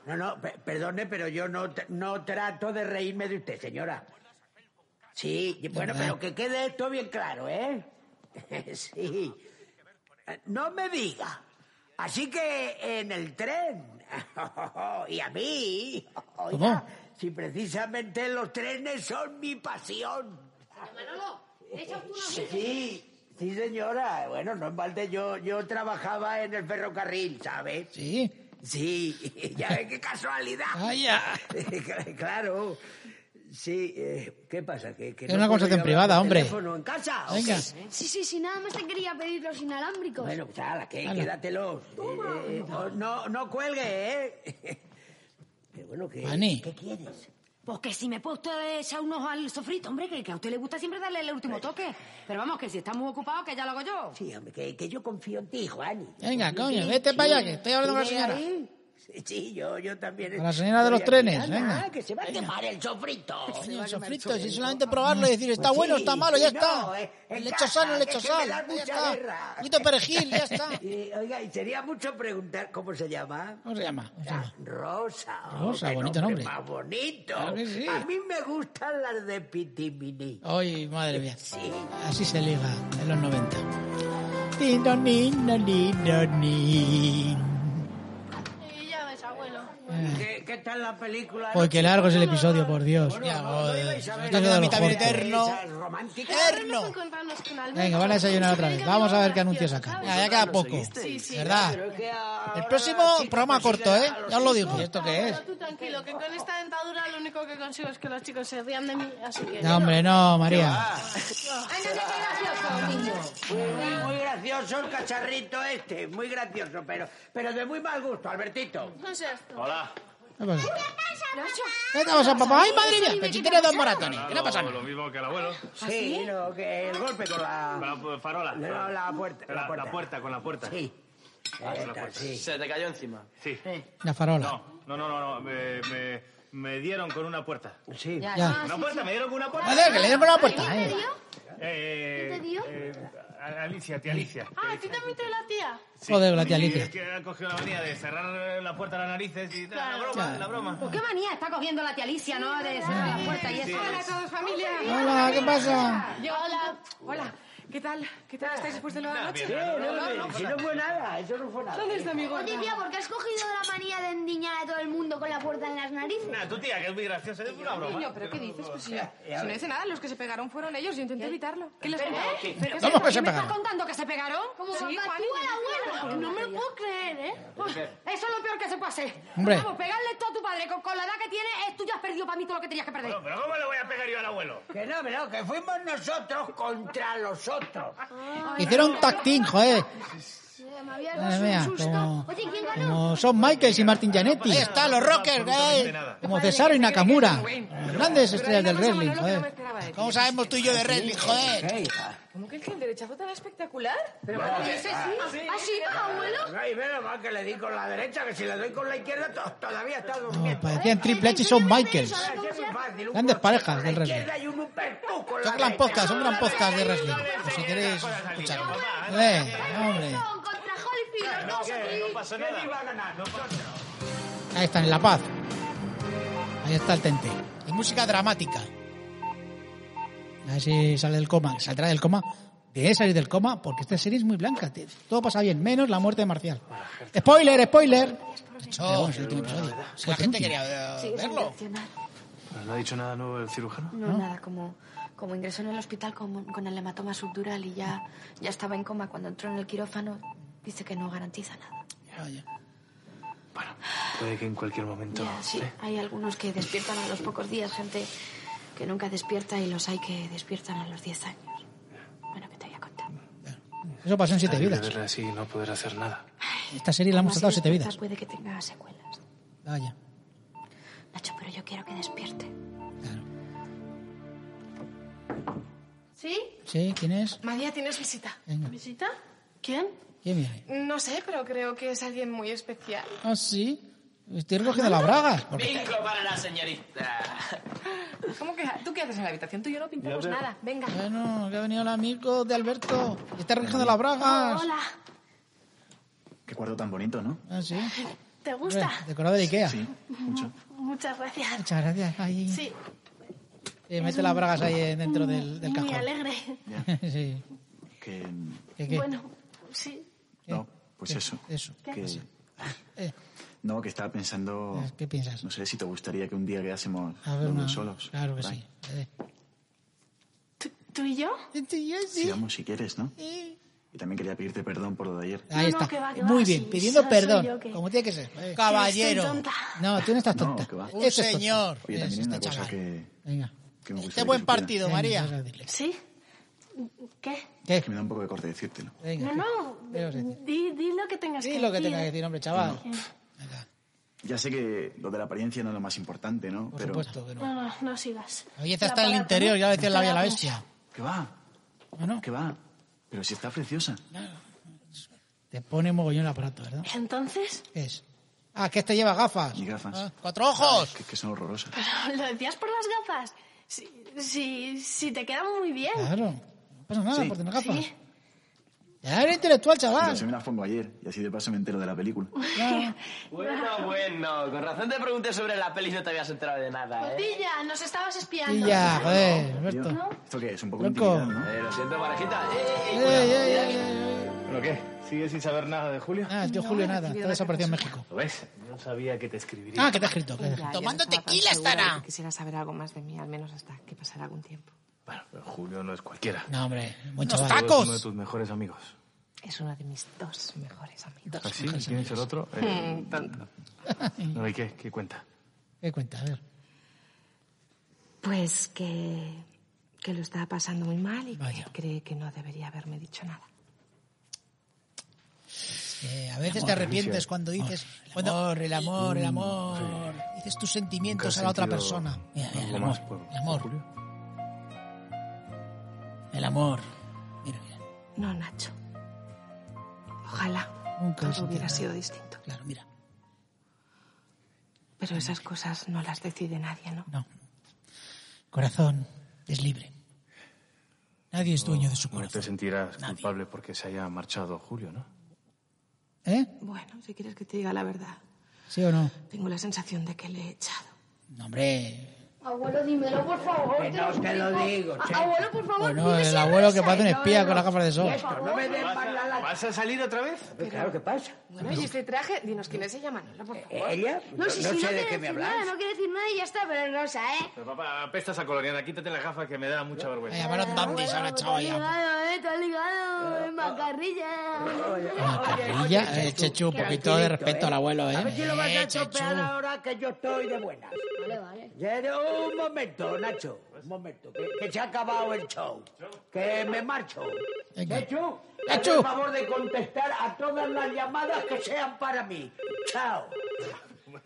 S10: No, no, pe- perdone, pero yo no, tr- no trato de reírme de usted, señora. Sí, y bueno, pero que quede esto bien claro, ¿eh? Sí. No me diga. Así que en el tren. y a mí. Oiga,
S3: ¿Cómo?
S10: Si precisamente los trenes son mi pasión.
S13: Manolo, echa tú una
S10: Sí. Sí, señora. Bueno, no en balde yo, yo trabajaba en el ferrocarril, ¿sabes?
S3: Sí.
S10: Sí, ya ves qué casualidad.
S3: Vaya.
S10: claro. Sí, eh, ¿qué pasa? ¿Que, que
S3: Es una
S10: puedo
S3: conversación
S10: llevar
S3: privada,
S10: el
S3: hombre.
S10: teléfono en casa? ¿o qué?
S3: Venga.
S12: Sí, sí, sí, nada más te quería pedir los inalámbricos.
S10: Bueno, pues ala, que
S12: Ala.
S10: quédatelos. Eh, eh, no- no, no cuelgue, ¿eh? Qué bueno que...
S3: Vani.
S10: ¿Qué quieres?
S13: Pues que si me puede usted echar unos al sofrito, hombre, que, que a usted le gusta siempre darle el último toque. Pero vamos, que si está muy ocupado, que ya lo hago yo.
S10: Sí, hombre, que, que yo confío en ti, Juani.
S3: Venga, coño, vete para allá, que estoy hablando con la señora.
S10: Sí, sí, yo, yo también.
S3: A la señora de los
S10: Estoy
S3: trenes,
S10: aspirando,
S3: venga.
S10: ah, Que se va a quemar el sofrito.
S3: Coño, el sofrito, si solamente probarlo y decir, está
S10: Pues
S3: bueno,
S10: sí,
S3: está malo, ya
S10: no,
S3: está.
S10: eh, en
S3: Le echo
S10: casa,
S3: sal, no le
S10: que
S3: echo
S10: es que me
S3: sal.
S10: da
S3: Ya
S10: mucha
S3: está.
S10: guerra.
S3: Poquito perejil, ya está.
S10: Y, oiga, y sería mucho preguntar cómo se llama.
S3: ¿Cómo se llama? ¿Cómo se llama?
S10: Rosa. oh,
S3: Rosa,
S10: qué
S3: bonito nombre.
S10: Más bonito.
S3: Claro que sí.
S10: A mí me gustan las de Pitimini.
S3: Ay, madre mía. Así se liga en los 90. Din, don, din, don, din, don, din.
S7: Y ya ves, abuelo.
S10: ¿Qué, qué tal la película?
S3: Pues qué Eh. largo es el episodio, por Dios. Ya, joder. Esto ha sido del
S10: mitad
S3: Jorge.
S7: Eterno.
S3: Venga, van a desayunar otra vez. Vamos a ver qué anuncios sacan. Ya, ya queda poco. ¿Verdad? El próximo programa corto, ¿eh? Ya os lo digo. ¿Y esto qué es?
S7: Pero tú tranquilo, que con esta dentadura lo único que consigo es que los chicos se rían de mí, así que...
S3: No, hombre, no, María.
S10: Muy, muy gracioso el cacharrito este, muy gracioso, pero, pero de muy mal gusto, Albertito.
S7: No sé esto.
S8: Hola.
S3: ¿Qué pasa? ¿Qué te pasa, papá? ¡Ay, madre mía! Que si tiene dos moratones. ¿Qué le ha
S8: Lo-
S3: pasado?
S8: Lo mismo que el abuelo.
S9: ¿Ah,
S10: Sí, lo que el golpe con
S8: Con
S10: la...
S8: la pu- farola.
S10: No, la puerta, la puerta.
S8: con la puerta.
S10: Sí.
S8: Ah, con la
S10: Esta,
S8: puerta.
S10: sí.
S26: Se te cayó encima.
S8: Sí.
S3: La farola.
S8: No, no, no, no. Me, me, me dieron con una puerta.
S10: Sí.
S3: Ya. Ya.
S8: Una puerta, me dieron con una puerta.
S3: Madre, que le den por la puerta, ¿eh?
S8: Eh,
S7: ¿Qué te dio?
S8: eh, a- Alicia, tía Alicia.
S7: Ah, ¿a ti también te la tía?
S8: Sí.
S3: Joder, la tía
S8: Sí,
S3: Alicia.
S8: Es que ha cogido la manía de cerrar la puerta a las narices y tal,
S7: Claro.
S8: la broma, la broma.
S13: Pues qué manía está cogiendo la tía Alicia, ¿no? De cerrar la puerta y eso.
S4: Hola a todos, familia.
S3: Hola, ¿qué pasa?
S4: Yo, hola. Hola, ¿qué tal? ¿Qué tal estáis después de la
S8: Nada,
S4: noche?
S8: bien,
S4: Ah, No,
S8: nada,
S4: no,
S8: bien.
S4: no,
S10: Si no fue nada, eso no fue nada.
S4: ¿Dónde está mi gorda?
S12: Oye, tía, ¿por qué has cogido la manía de endiñar a todo el mundo con la puerta en las narices?
S8: Nah, tu tía, que es muy graciosa, es una broma. Eh,
S4: Niño, ¿pero qué dices? Pues si, yo- si no hice nada, los que se pegaron fueron ellos, yo intenté evitarlo. ¿Qué les
S13: ¿Pero
S4: pasa?
S13: qué?
S4: ¿Pero qué
S3: ¿Cómo
S4: es
S3: que
S4: esto?
S3: se
S4: ¿Qué me
S3: pegaron?
S4: estás contando? ¿Que se pegaron?
S12: Como
S4: Sí,
S12: papá,
S4: Juan,
S12: tú a
S4: yo-
S12: la abuela.
S7: No me lo puedo creer, ¿eh?
S13: Eso es lo peor que se puede hacer.
S3: Hombre.
S13: Vamos, pegarle todo a tu padre con, con la edad que tiene, es tú ya has perdido para mí todo lo que tenías que perder.
S8: No, pero ¿cómo le voy a pegar yo al abuelo?
S10: Que no, pero que fuimos nosotros contra los otros.
S3: Hicieron tag team, joder.
S12: Me había
S3: Madre
S12: dado
S3: mía,
S12: un susto.
S3: como,
S12: Oye, ¿quién ganó?
S3: como son Michaels y Martin Janetti. Ahí están los rockers,
S8: Absolutamente
S3: eh.
S8: nada.
S3: Como Cesaro y Nakamura. Grandes estrellas del wrestling, joder. ¿Cómo sabemos tú y yo de wrestling, joder?
S10: Ey, hija.
S4: ¿Cómo que el que el derechazo tan espectacular?
S10: Pero
S4: ¿Qué
S10: bueno, ah,
S4: dices?
S26: Ah,
S4: Ah, Sí,
S12: ¿Así, ¿Ah, abuelo?
S10: Ay, menos mal que le di con la derecha, que si le doy con la izquierda to- todavía está
S3: No,
S10: durmiendo.
S3: parecían Triple H y son
S12: Pues
S3: Michaels.
S10: Ah, que es muy fácil, un
S3: Grandes
S10: crochet
S3: parejas
S10: con la
S3: del wrestling.
S10: izquierda y un uppercut con la
S3: Son gran
S10: derecha.
S3: podcast, son gran podcast de wrestling. Por si queréis escucharlo. Eh, hombre.
S12: Contra Holyfield, los
S8: No,
S12: dos
S8: que
S4: pues,
S12: aquí.
S8: no pasó nada.
S10: ¿Quién iba a ganar? Nosotros.
S3: Ahí están, en La Paz. Ahí está el tente. Y música dramática. A ver si sale del coma. Saldrá del coma. Debe salir del coma porque esta serie es muy blanca. tío. Todo pasa bien, menos la muerte de Marcial. ¡Spoiler, spoiler! Pero bueno, es el
S8: eh,
S3: último episodio. Si la gente quería eh, verlo.
S8: ¿No ha dicho nada nuevo el cirujano?
S11: No, nada, como, como ingresó en el hospital con, con el hematoma subdural y ya, ya estaba en coma cuando entró en el quirófano, dice que no garantiza nada.
S3: Vaya.
S8: Puede que en cualquier momento. ¿eh?
S11: Ya, sí, hay algunos que despiertan a los pocos días, gente que nunca despierta y los hay que despiertan a los 10 años. Bueno, que te voy a contar.
S3: Eso pasó en siete vidas.
S8: Verla así y no poder hacer nada.
S3: Esta serie la hemos tratado
S11: Además, si
S3: siete
S11: despierta,
S3: vidas.
S11: Puede que tenga secuelas.
S3: Vaya.
S11: Nacho, pero yo quiero que despierte.
S7: ¿Sí?
S3: ¿Sí? ¿Quién es?
S4: María, tienes visita.
S3: Venga.
S7: ¿Visita? ¿Quién?
S3: ¿Quién viene?
S4: No sé, pero creo que es alguien muy especial.
S3: Ah, sí. Estoy recogiendo las bragas. Porque
S26: Bingo para la señorita.
S4: ¿Cómo que? ¿Tú qué haces en la habitación? Tú y yo no pintamos
S3: Ya, pero-
S4: nada. Venga.
S3: Bueno, que ha venido el amigo de Alberto. Y está recogiendo las
S4: Oh,
S3: bragas.
S7: Hola,
S19: Qué cuarto tan bonito, ¿no?
S3: Ah, sí.
S7: ¿te gusta?
S3: Hombre, Decorado de Ikea.
S7: Mucho. Muchas gracias.
S3: Muchas gracias. Ahí.
S7: Sí,
S3: Eh, mete las bragas ahí dentro del, del
S7: muy
S3: cajón.
S7: alegre.
S3: sí.
S19: Que...
S3: ¿Qué, qué?
S7: Bueno, sí.
S3: No.
S9: Pues eso.
S3: Eso.
S9: Que-
S3: Eso. Eh.
S9: No, que estaba pensando.
S3: ¿Qué piensas?
S9: No sé si te gustaría que un día quedásemos
S3: A ver,
S9: los dos
S3: una-
S9: solos.
S3: Claro que
S9: Por ahí.
S3: sí. Eh.
S7: ¿Tú y yo?
S3: Tú y yo,
S9: Sigamos si quieres, ¿no? Y también quería pedirte perdón por lo de ayer.
S3: Ahí está. Muy bien, pidiendo
S7: soy- soy
S3: perdón.
S7: yo que-
S3: Como tiene que ser. Caballero.
S7: estoy tonta.
S3: No, tú no estás tonta.
S9: que va.
S3: Un Este es tonto. señor.
S9: Oye, también
S3: Es
S9: hay una
S3: este
S9: cosa
S3: chaval.
S9: que,
S3: Venga.
S9: que me gustaría
S3: Este
S9: que
S3: buen
S9: supieras.
S3: partido,
S9: Venga,
S3: María.
S9: vas a
S7: ¿Sí? ¿Qué?
S3: Es
S9: que me da un poco de corte decírtelo.
S3: Venga.
S7: no, no.
S3: ¿qué vas a decir?
S7: Di, di lo que tengas que
S3: Di
S7: decir.
S3: lo que tenga que decir, hombre, chaval.
S7: Que-
S9: Ya sé que lo de la apariencia no es lo más importante, ¿no? Por Pero...
S3: supuesto que
S7: No, no, no sigas.
S3: La belleza está en el interior, ya lo decía la Bella y la Bestia.
S9: ¿Qué va? ¿Qué va? Pero si está preciosa.
S3: Te pone mogollón el aparato, ¿verdad?
S7: Entonces,
S3: ¿Qué es? Ah, que este lleva gafas.
S9: Y gafas.
S3: Ah, ¡Cuatro ojos!
S9: Que, que son horrorosas.
S7: ¿lo decías por las gafas? Si, si, si te quedan muy bien.
S3: Claro. No pasa nada
S9: Sí.
S3: por tener gafas.
S7: Sí.
S3: Ya era intelectual,
S9: Pero
S3: chaval.
S9: se me las pongo ayer y así de paso me entero de la película.
S27: Bueno, bueno, con razón te pregunté sobre la peli y no te habías enterado de nada, ¿eh?
S7: Tilla, nos estabas espiando.
S3: Y ya, joder, Alberto.
S9: ¿Esto qué es? Un poco de
S3: Loco. eh,
S9: intimidad, ¿no?
S27: Eh, lo siento, parejita.
S3: Ey, ey, ey, ey.
S8: ¿Pero qué? ¿Sigues sin saber nada de Julio?
S3: Ah, el tío Julio eh, nada, está desaparecido en México.
S8: ¿Lo ves? No sabía que te escribiría.
S3: Ah, que te ha escrito. que-
S4: Ya, yo
S3: Tomando
S4: no estaba tan
S3: tequila
S4: segura de
S3: estará.
S4: que Quisiera saber algo más de mí, al menos hasta que pasara algún tiempo.
S8: Bueno, pero Julio no es cualquiera.
S3: No, hombre, buen
S8: Julio
S3: chaval.
S8: Es uno de
S3: ¡Tacos!
S8: tus mejores amigos.
S4: Es uno de mis dos mejores amigos.
S8: ¿Ah, sí? ¿Quién es el otro? Eh,
S4: Mm, tonto.
S3: Mm.
S8: no, ¿y qué? ¿Qué cuenta?
S3: ¿Qué Eh, cuenta? A ver.
S4: Pues que, que lo estaba pasando muy mal y
S3: Vaya.
S4: que cree que no debería haberme dicho nada.
S3: Eh, a veces te arrepientes cuando dices... Cuando, el amor, el amor. Dices tus sentimientos a la otra persona. Mira, mira, el
S8: algo
S3: amor.
S8: más por-
S3: El amor. El amor. Mira, mira.
S4: No, Nacho. Ojalá
S3: Nunca
S4: todo hubiera
S3: sentirás.
S4: sido distinto.
S3: Claro, mira.
S4: Pero esas cosas no las decide nadie, ¿no?
S3: No. Corazón es libre. Nadie es dueño de su
S8: No te
S3: corazón.
S8: sentirás culpable porque se haya marchado Julio, ¿no?
S3: ¿Eh?
S4: Bueno, si quieres que te diga la verdad,
S3: ¿Sí o no?
S4: tengo la sensación de que le he echado.
S3: No, hombre.
S12: Abuelo, dímelo, por favor.
S10: Que no te lo digo, che.
S12: Abuelo, por favor.
S3: Bueno,
S12: dime
S3: el
S12: si
S3: abuelo que
S12: abrazas,
S3: parece un espía
S12: abuelo.
S3: con las gafas de sol.
S12: Por favor.
S8: ¿Vas a salir otra vez?
S10: Claro que pasa.
S4: Bueno, y este traje, dinos quién es ella, Manolo, por favor.
S10: Ella, no,
S12: No, si,
S10: no
S12: si
S10: sé
S12: no
S10: de
S12: quiere
S10: qué me
S12: decir
S10: hablas.
S12: nada, no quiere decir nada y ya está, pero rosa, ¿eh?
S8: Pero papá, apestas a coloriana. Quítate las gafas que me da mucha vergüenza.
S3: Llamaron dandis ahora, chaval.
S12: Te has
S3: ya.
S12: ligado, ¿eh? Te has ligado,
S10: Oh,
S12: en macarrilla.
S3: Macarrilla, eh, Chechu, un poquito de respeto al abuelo,
S10: A ver si lo vas
S3: ¿eh?
S10: a
S3: Eh, Chechu.
S10: chopear ahora que yo estoy de buena.
S12: Vale, vale.
S10: Pero un momento, Nacho, un momento, que, que se ha acabado el show. Que me marcho.
S3: Venga.
S10: Nacho,
S3: Nacho.
S10: por favor de contestar a todas las llamadas que sean para mí. Chao.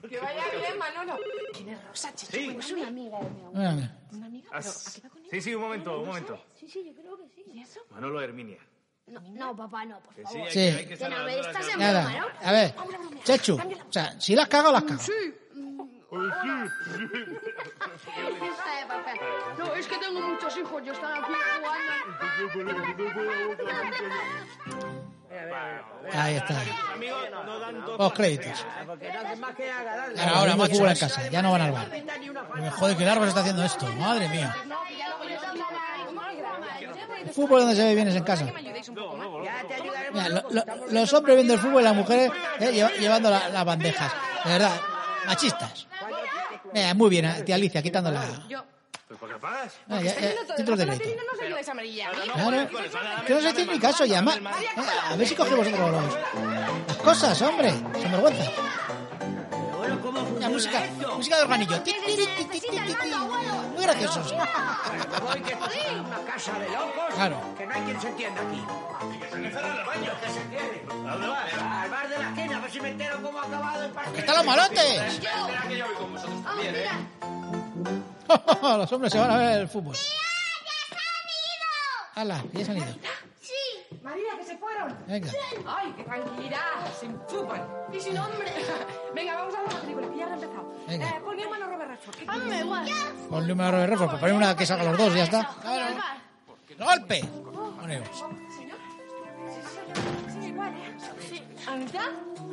S4: Que vaya bien, Manolo. ¿Quién es Rosa, Chicho?
S8: Sí.
S4: Cuéntame.
S12: Es una amiga de mi abuelo.
S3: Mira, mira.
S4: ¿Una amiga?
S8: Ah,
S4: ¿Pero a qué va con él?
S8: Sí, sí, un momento, un momento.
S12: Sí, sí, yo creo que sí.
S4: ¿Y eso?
S8: Manolo Herminia.
S12: No, no, papá, no, por favor.
S3: Sí.
S12: Que no me estás en broma,
S3: Nada,
S12: ¿no?
S3: a ver, Chechu, o sea, si las cago, las cago.
S12: Mm, Esta de papel. No, es que tengo muchos hijos, yo estaba aquí jugando.
S3: Ahí está,
S8: Amigos, no dan dos.
S3: los créditos.
S10: Porque no, que más que agradable.
S3: Ahora, ahora, más fútbol en casa, ya no van al bar.
S10: Ni una falta.
S3: Me jode que largo se está haciendo esto, madre mía. El fútbol donde se ve bien es en casa.
S10: Ya te ayudaremos.
S3: Mira, lo- lo- los hombres viendo el fútbol y las mujeres eh, lleva- llevando la- las bandejas. De verdad, machistas. Mira, muy bien, eh, tía Alicia, quitándola.
S4: Yo.
S8: ¿Pero por qué apagas?
S3: Mira, ya- ya,
S4: Todo
S3: títulos de
S4: el rato la
S3: crédito.
S4: tele no nos ayudáis a María.
S3: Claro, que no se tiene ni caso ya, ma- A ver si coge vosotros los- las cosas, hombre. Sin vergüenza.
S10: Bueno, ¿cómo
S3: La
S10: funciona
S3: música,
S10: esto?
S3: música de organillo. Ti, ti, ti, ti, ti, ti, ti. Muy graciosos.
S10: Me voy, que esto es una casa de locos.
S3: Claro.
S10: Que no hay quien se entienda aquí. Que se entiende.
S8: ¿A dónde vas?
S10: Al bar de la esquina, a ver si me entero cómo ha acabado el partido.
S3: ¡Están los malotes!
S8: Espera que yo voy con
S10: Ah,
S8: vosotros también, ¿eh?
S3: Los hombres se van a ver el fútbol. ¡Hala! Ya ha salido.
S4: María, que se fueron.
S3: Venga.
S4: Ay, qué tranquilidad. Sin fútbol. Y sin hombre. Venga, vamos a ver la película, que ya ha empezado.
S3: Venga.
S4: Eh, pon mi hermano Robert Redford. ¿Qué
S7: Hazme igual.
S3: Ponle una de refuerzo. Ponle una que salga los dos, ya está. ¡Golpe! Ponemos.
S4: quieres? Oh. Sí, igual, ¿eh?
S7: ¿Anita?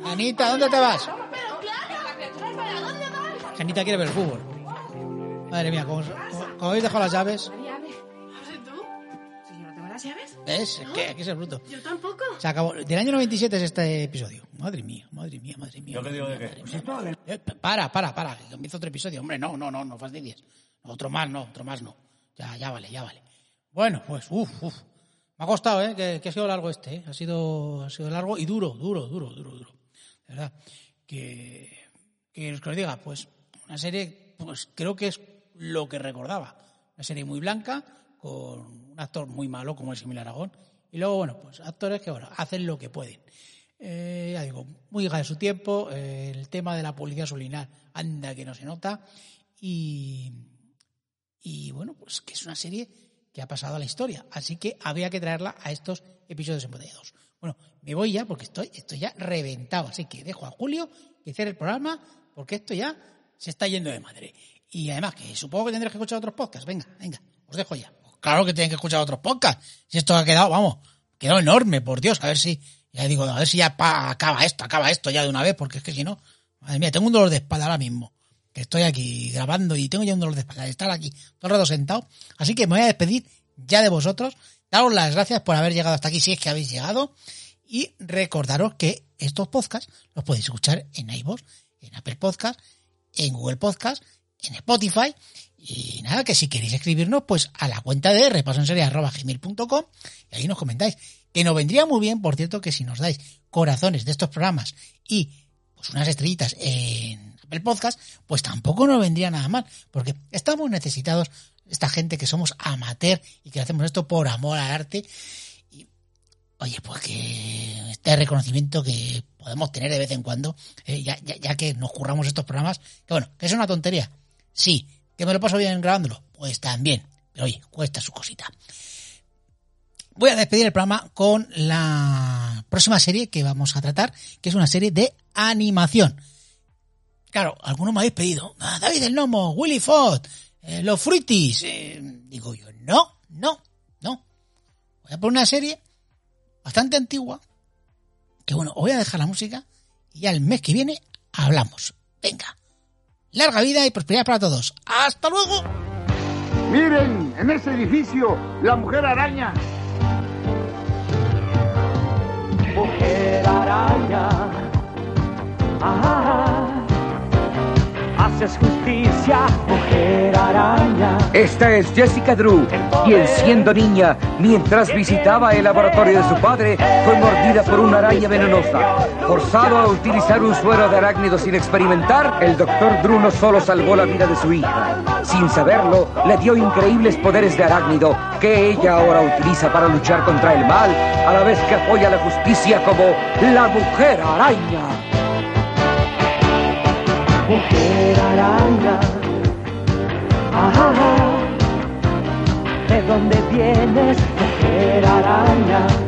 S3: Anita, ¿dónde te vas?
S7: Pero claro, la criatura es para dónde vas.
S3: Anita quiere ver el fútbol. Madre mía, como, como- como habéis dejado las llaves.
S4: María, a ver.
S7: No sé tú.
S4: Si yo no tengo las llaves.
S3: ¿Ves? Es que aquí es el bruto.
S7: Yo tampoco.
S3: Se acabó. Del año 97 es este episodio. Madre mía, madre mía, madre mía.
S8: ¿Yo qué digo de qué?
S3: Eh, pa- para, para, para. que Empieza otro episodio. Hombre, no, no, no, no fastidies. Otro más, no, otro más, no. Ya, ya vale, ya vale. Bueno, pues, uff, uff. Me ha costado, ¿eh? Que, que ha sido largo este, ¿eh? Ha sido, ha sido largo y duro, duro, duro, duro, duro. De verdad. Que, que os que os diga, pues, una serie, pues creo que es lo que recordaba. Una serie muy blanca, con un actor muy malo como el Simil Aragón. Y luego, bueno, pues actores que, bueno, hacen lo que pueden. Eh, ya digo, muy hija de su tiempo, eh, el tema de la publicidad subliminal, anda que no se nota. Y, y bueno, pues que es una serie que ha pasado a la historia. Así que había que traerla a estos episodios embotellados. Bueno, me voy ya porque estoy, estoy ya reventado. Así que dejo a Julio que cierre el programa porque esto ya se está yendo de madre. Y además que supongo que tendréis que escuchar otros podcasts. Venga, venga, os dejo ya. Claro que tienen que escuchar otros podcasts. Si esto ha quedado, vamos, quedó enorme, por Dios. A ver si, ya digo, a ver si ya pa- acaba esto, acaba esto ya de una vez, porque es que si no, madre mía, tengo un dolor de espalda ahora mismo. Que estoy aquí grabando y tengo ya un dolor de espalda de estar aquí todo el rato sentado. Así que me voy a despedir ya de vosotros. Daros las gracias por haber llegado hasta aquí, si es que habéis llegado. Y recordaros que estos podcasts los podéis escuchar en iVoox, en Apple Podcast, en Google Podcast, en Spotify. Y nada, que si queréis escribirnos, pues a la cuenta de repasoenserie.com y ahí nos comentáis. Que nos vendría muy bien, por cierto, que si nos dais corazones de estos programas y pues unas estrellitas en Apple Podcast, pues tampoco nos vendría nada mal, porque estamos necesitados, esta gente que somos amateur y que hacemos esto por amor al arte, oye, pues que este reconocimiento que podemos tener de vez en cuando, eh, ya, ya- ya que nos curramos estos programas, que bueno, que es una tontería. Sí, que me lo paso bien grabándolo, pues también. Pero oye, cuesta su cosita. Voy a despedir el programa con la próxima serie que vamos a tratar, que es una serie de animación. Claro, algunos me habéis pedido, "Ah, David el Nomo, Willy Fodd, eh, los Fruitis. eh, digo yo, no, no, no. Voy a poner una serie bastante antigua. Que bueno, os voy a dejar la música y ya el mes que viene hablamos. Venga, larga vida y prosperidad para todos. ¡Hasta luego!
S2: Miren, en ese edificio, la mujer araña.
S28: mujer araña. Ajá. Haces justicia, mujer araña.
S29: Esta es Jessica Drew, quien siendo niña, mientras visitaba el laboratorio de su padre, fue mordida por una araña venenosa. Forzado a utilizar un suero de arácnido sin experimentar, el doctor Drew no solo salvó la vida de su hija, sin saberlo, le dio increíbles poderes de arácnido que ella ahora utiliza para luchar contra el mal, a la vez que apoya la justicia como la mujer araña.
S28: Mujer araña. Ajá. ¿De dónde vienes, mujer araña?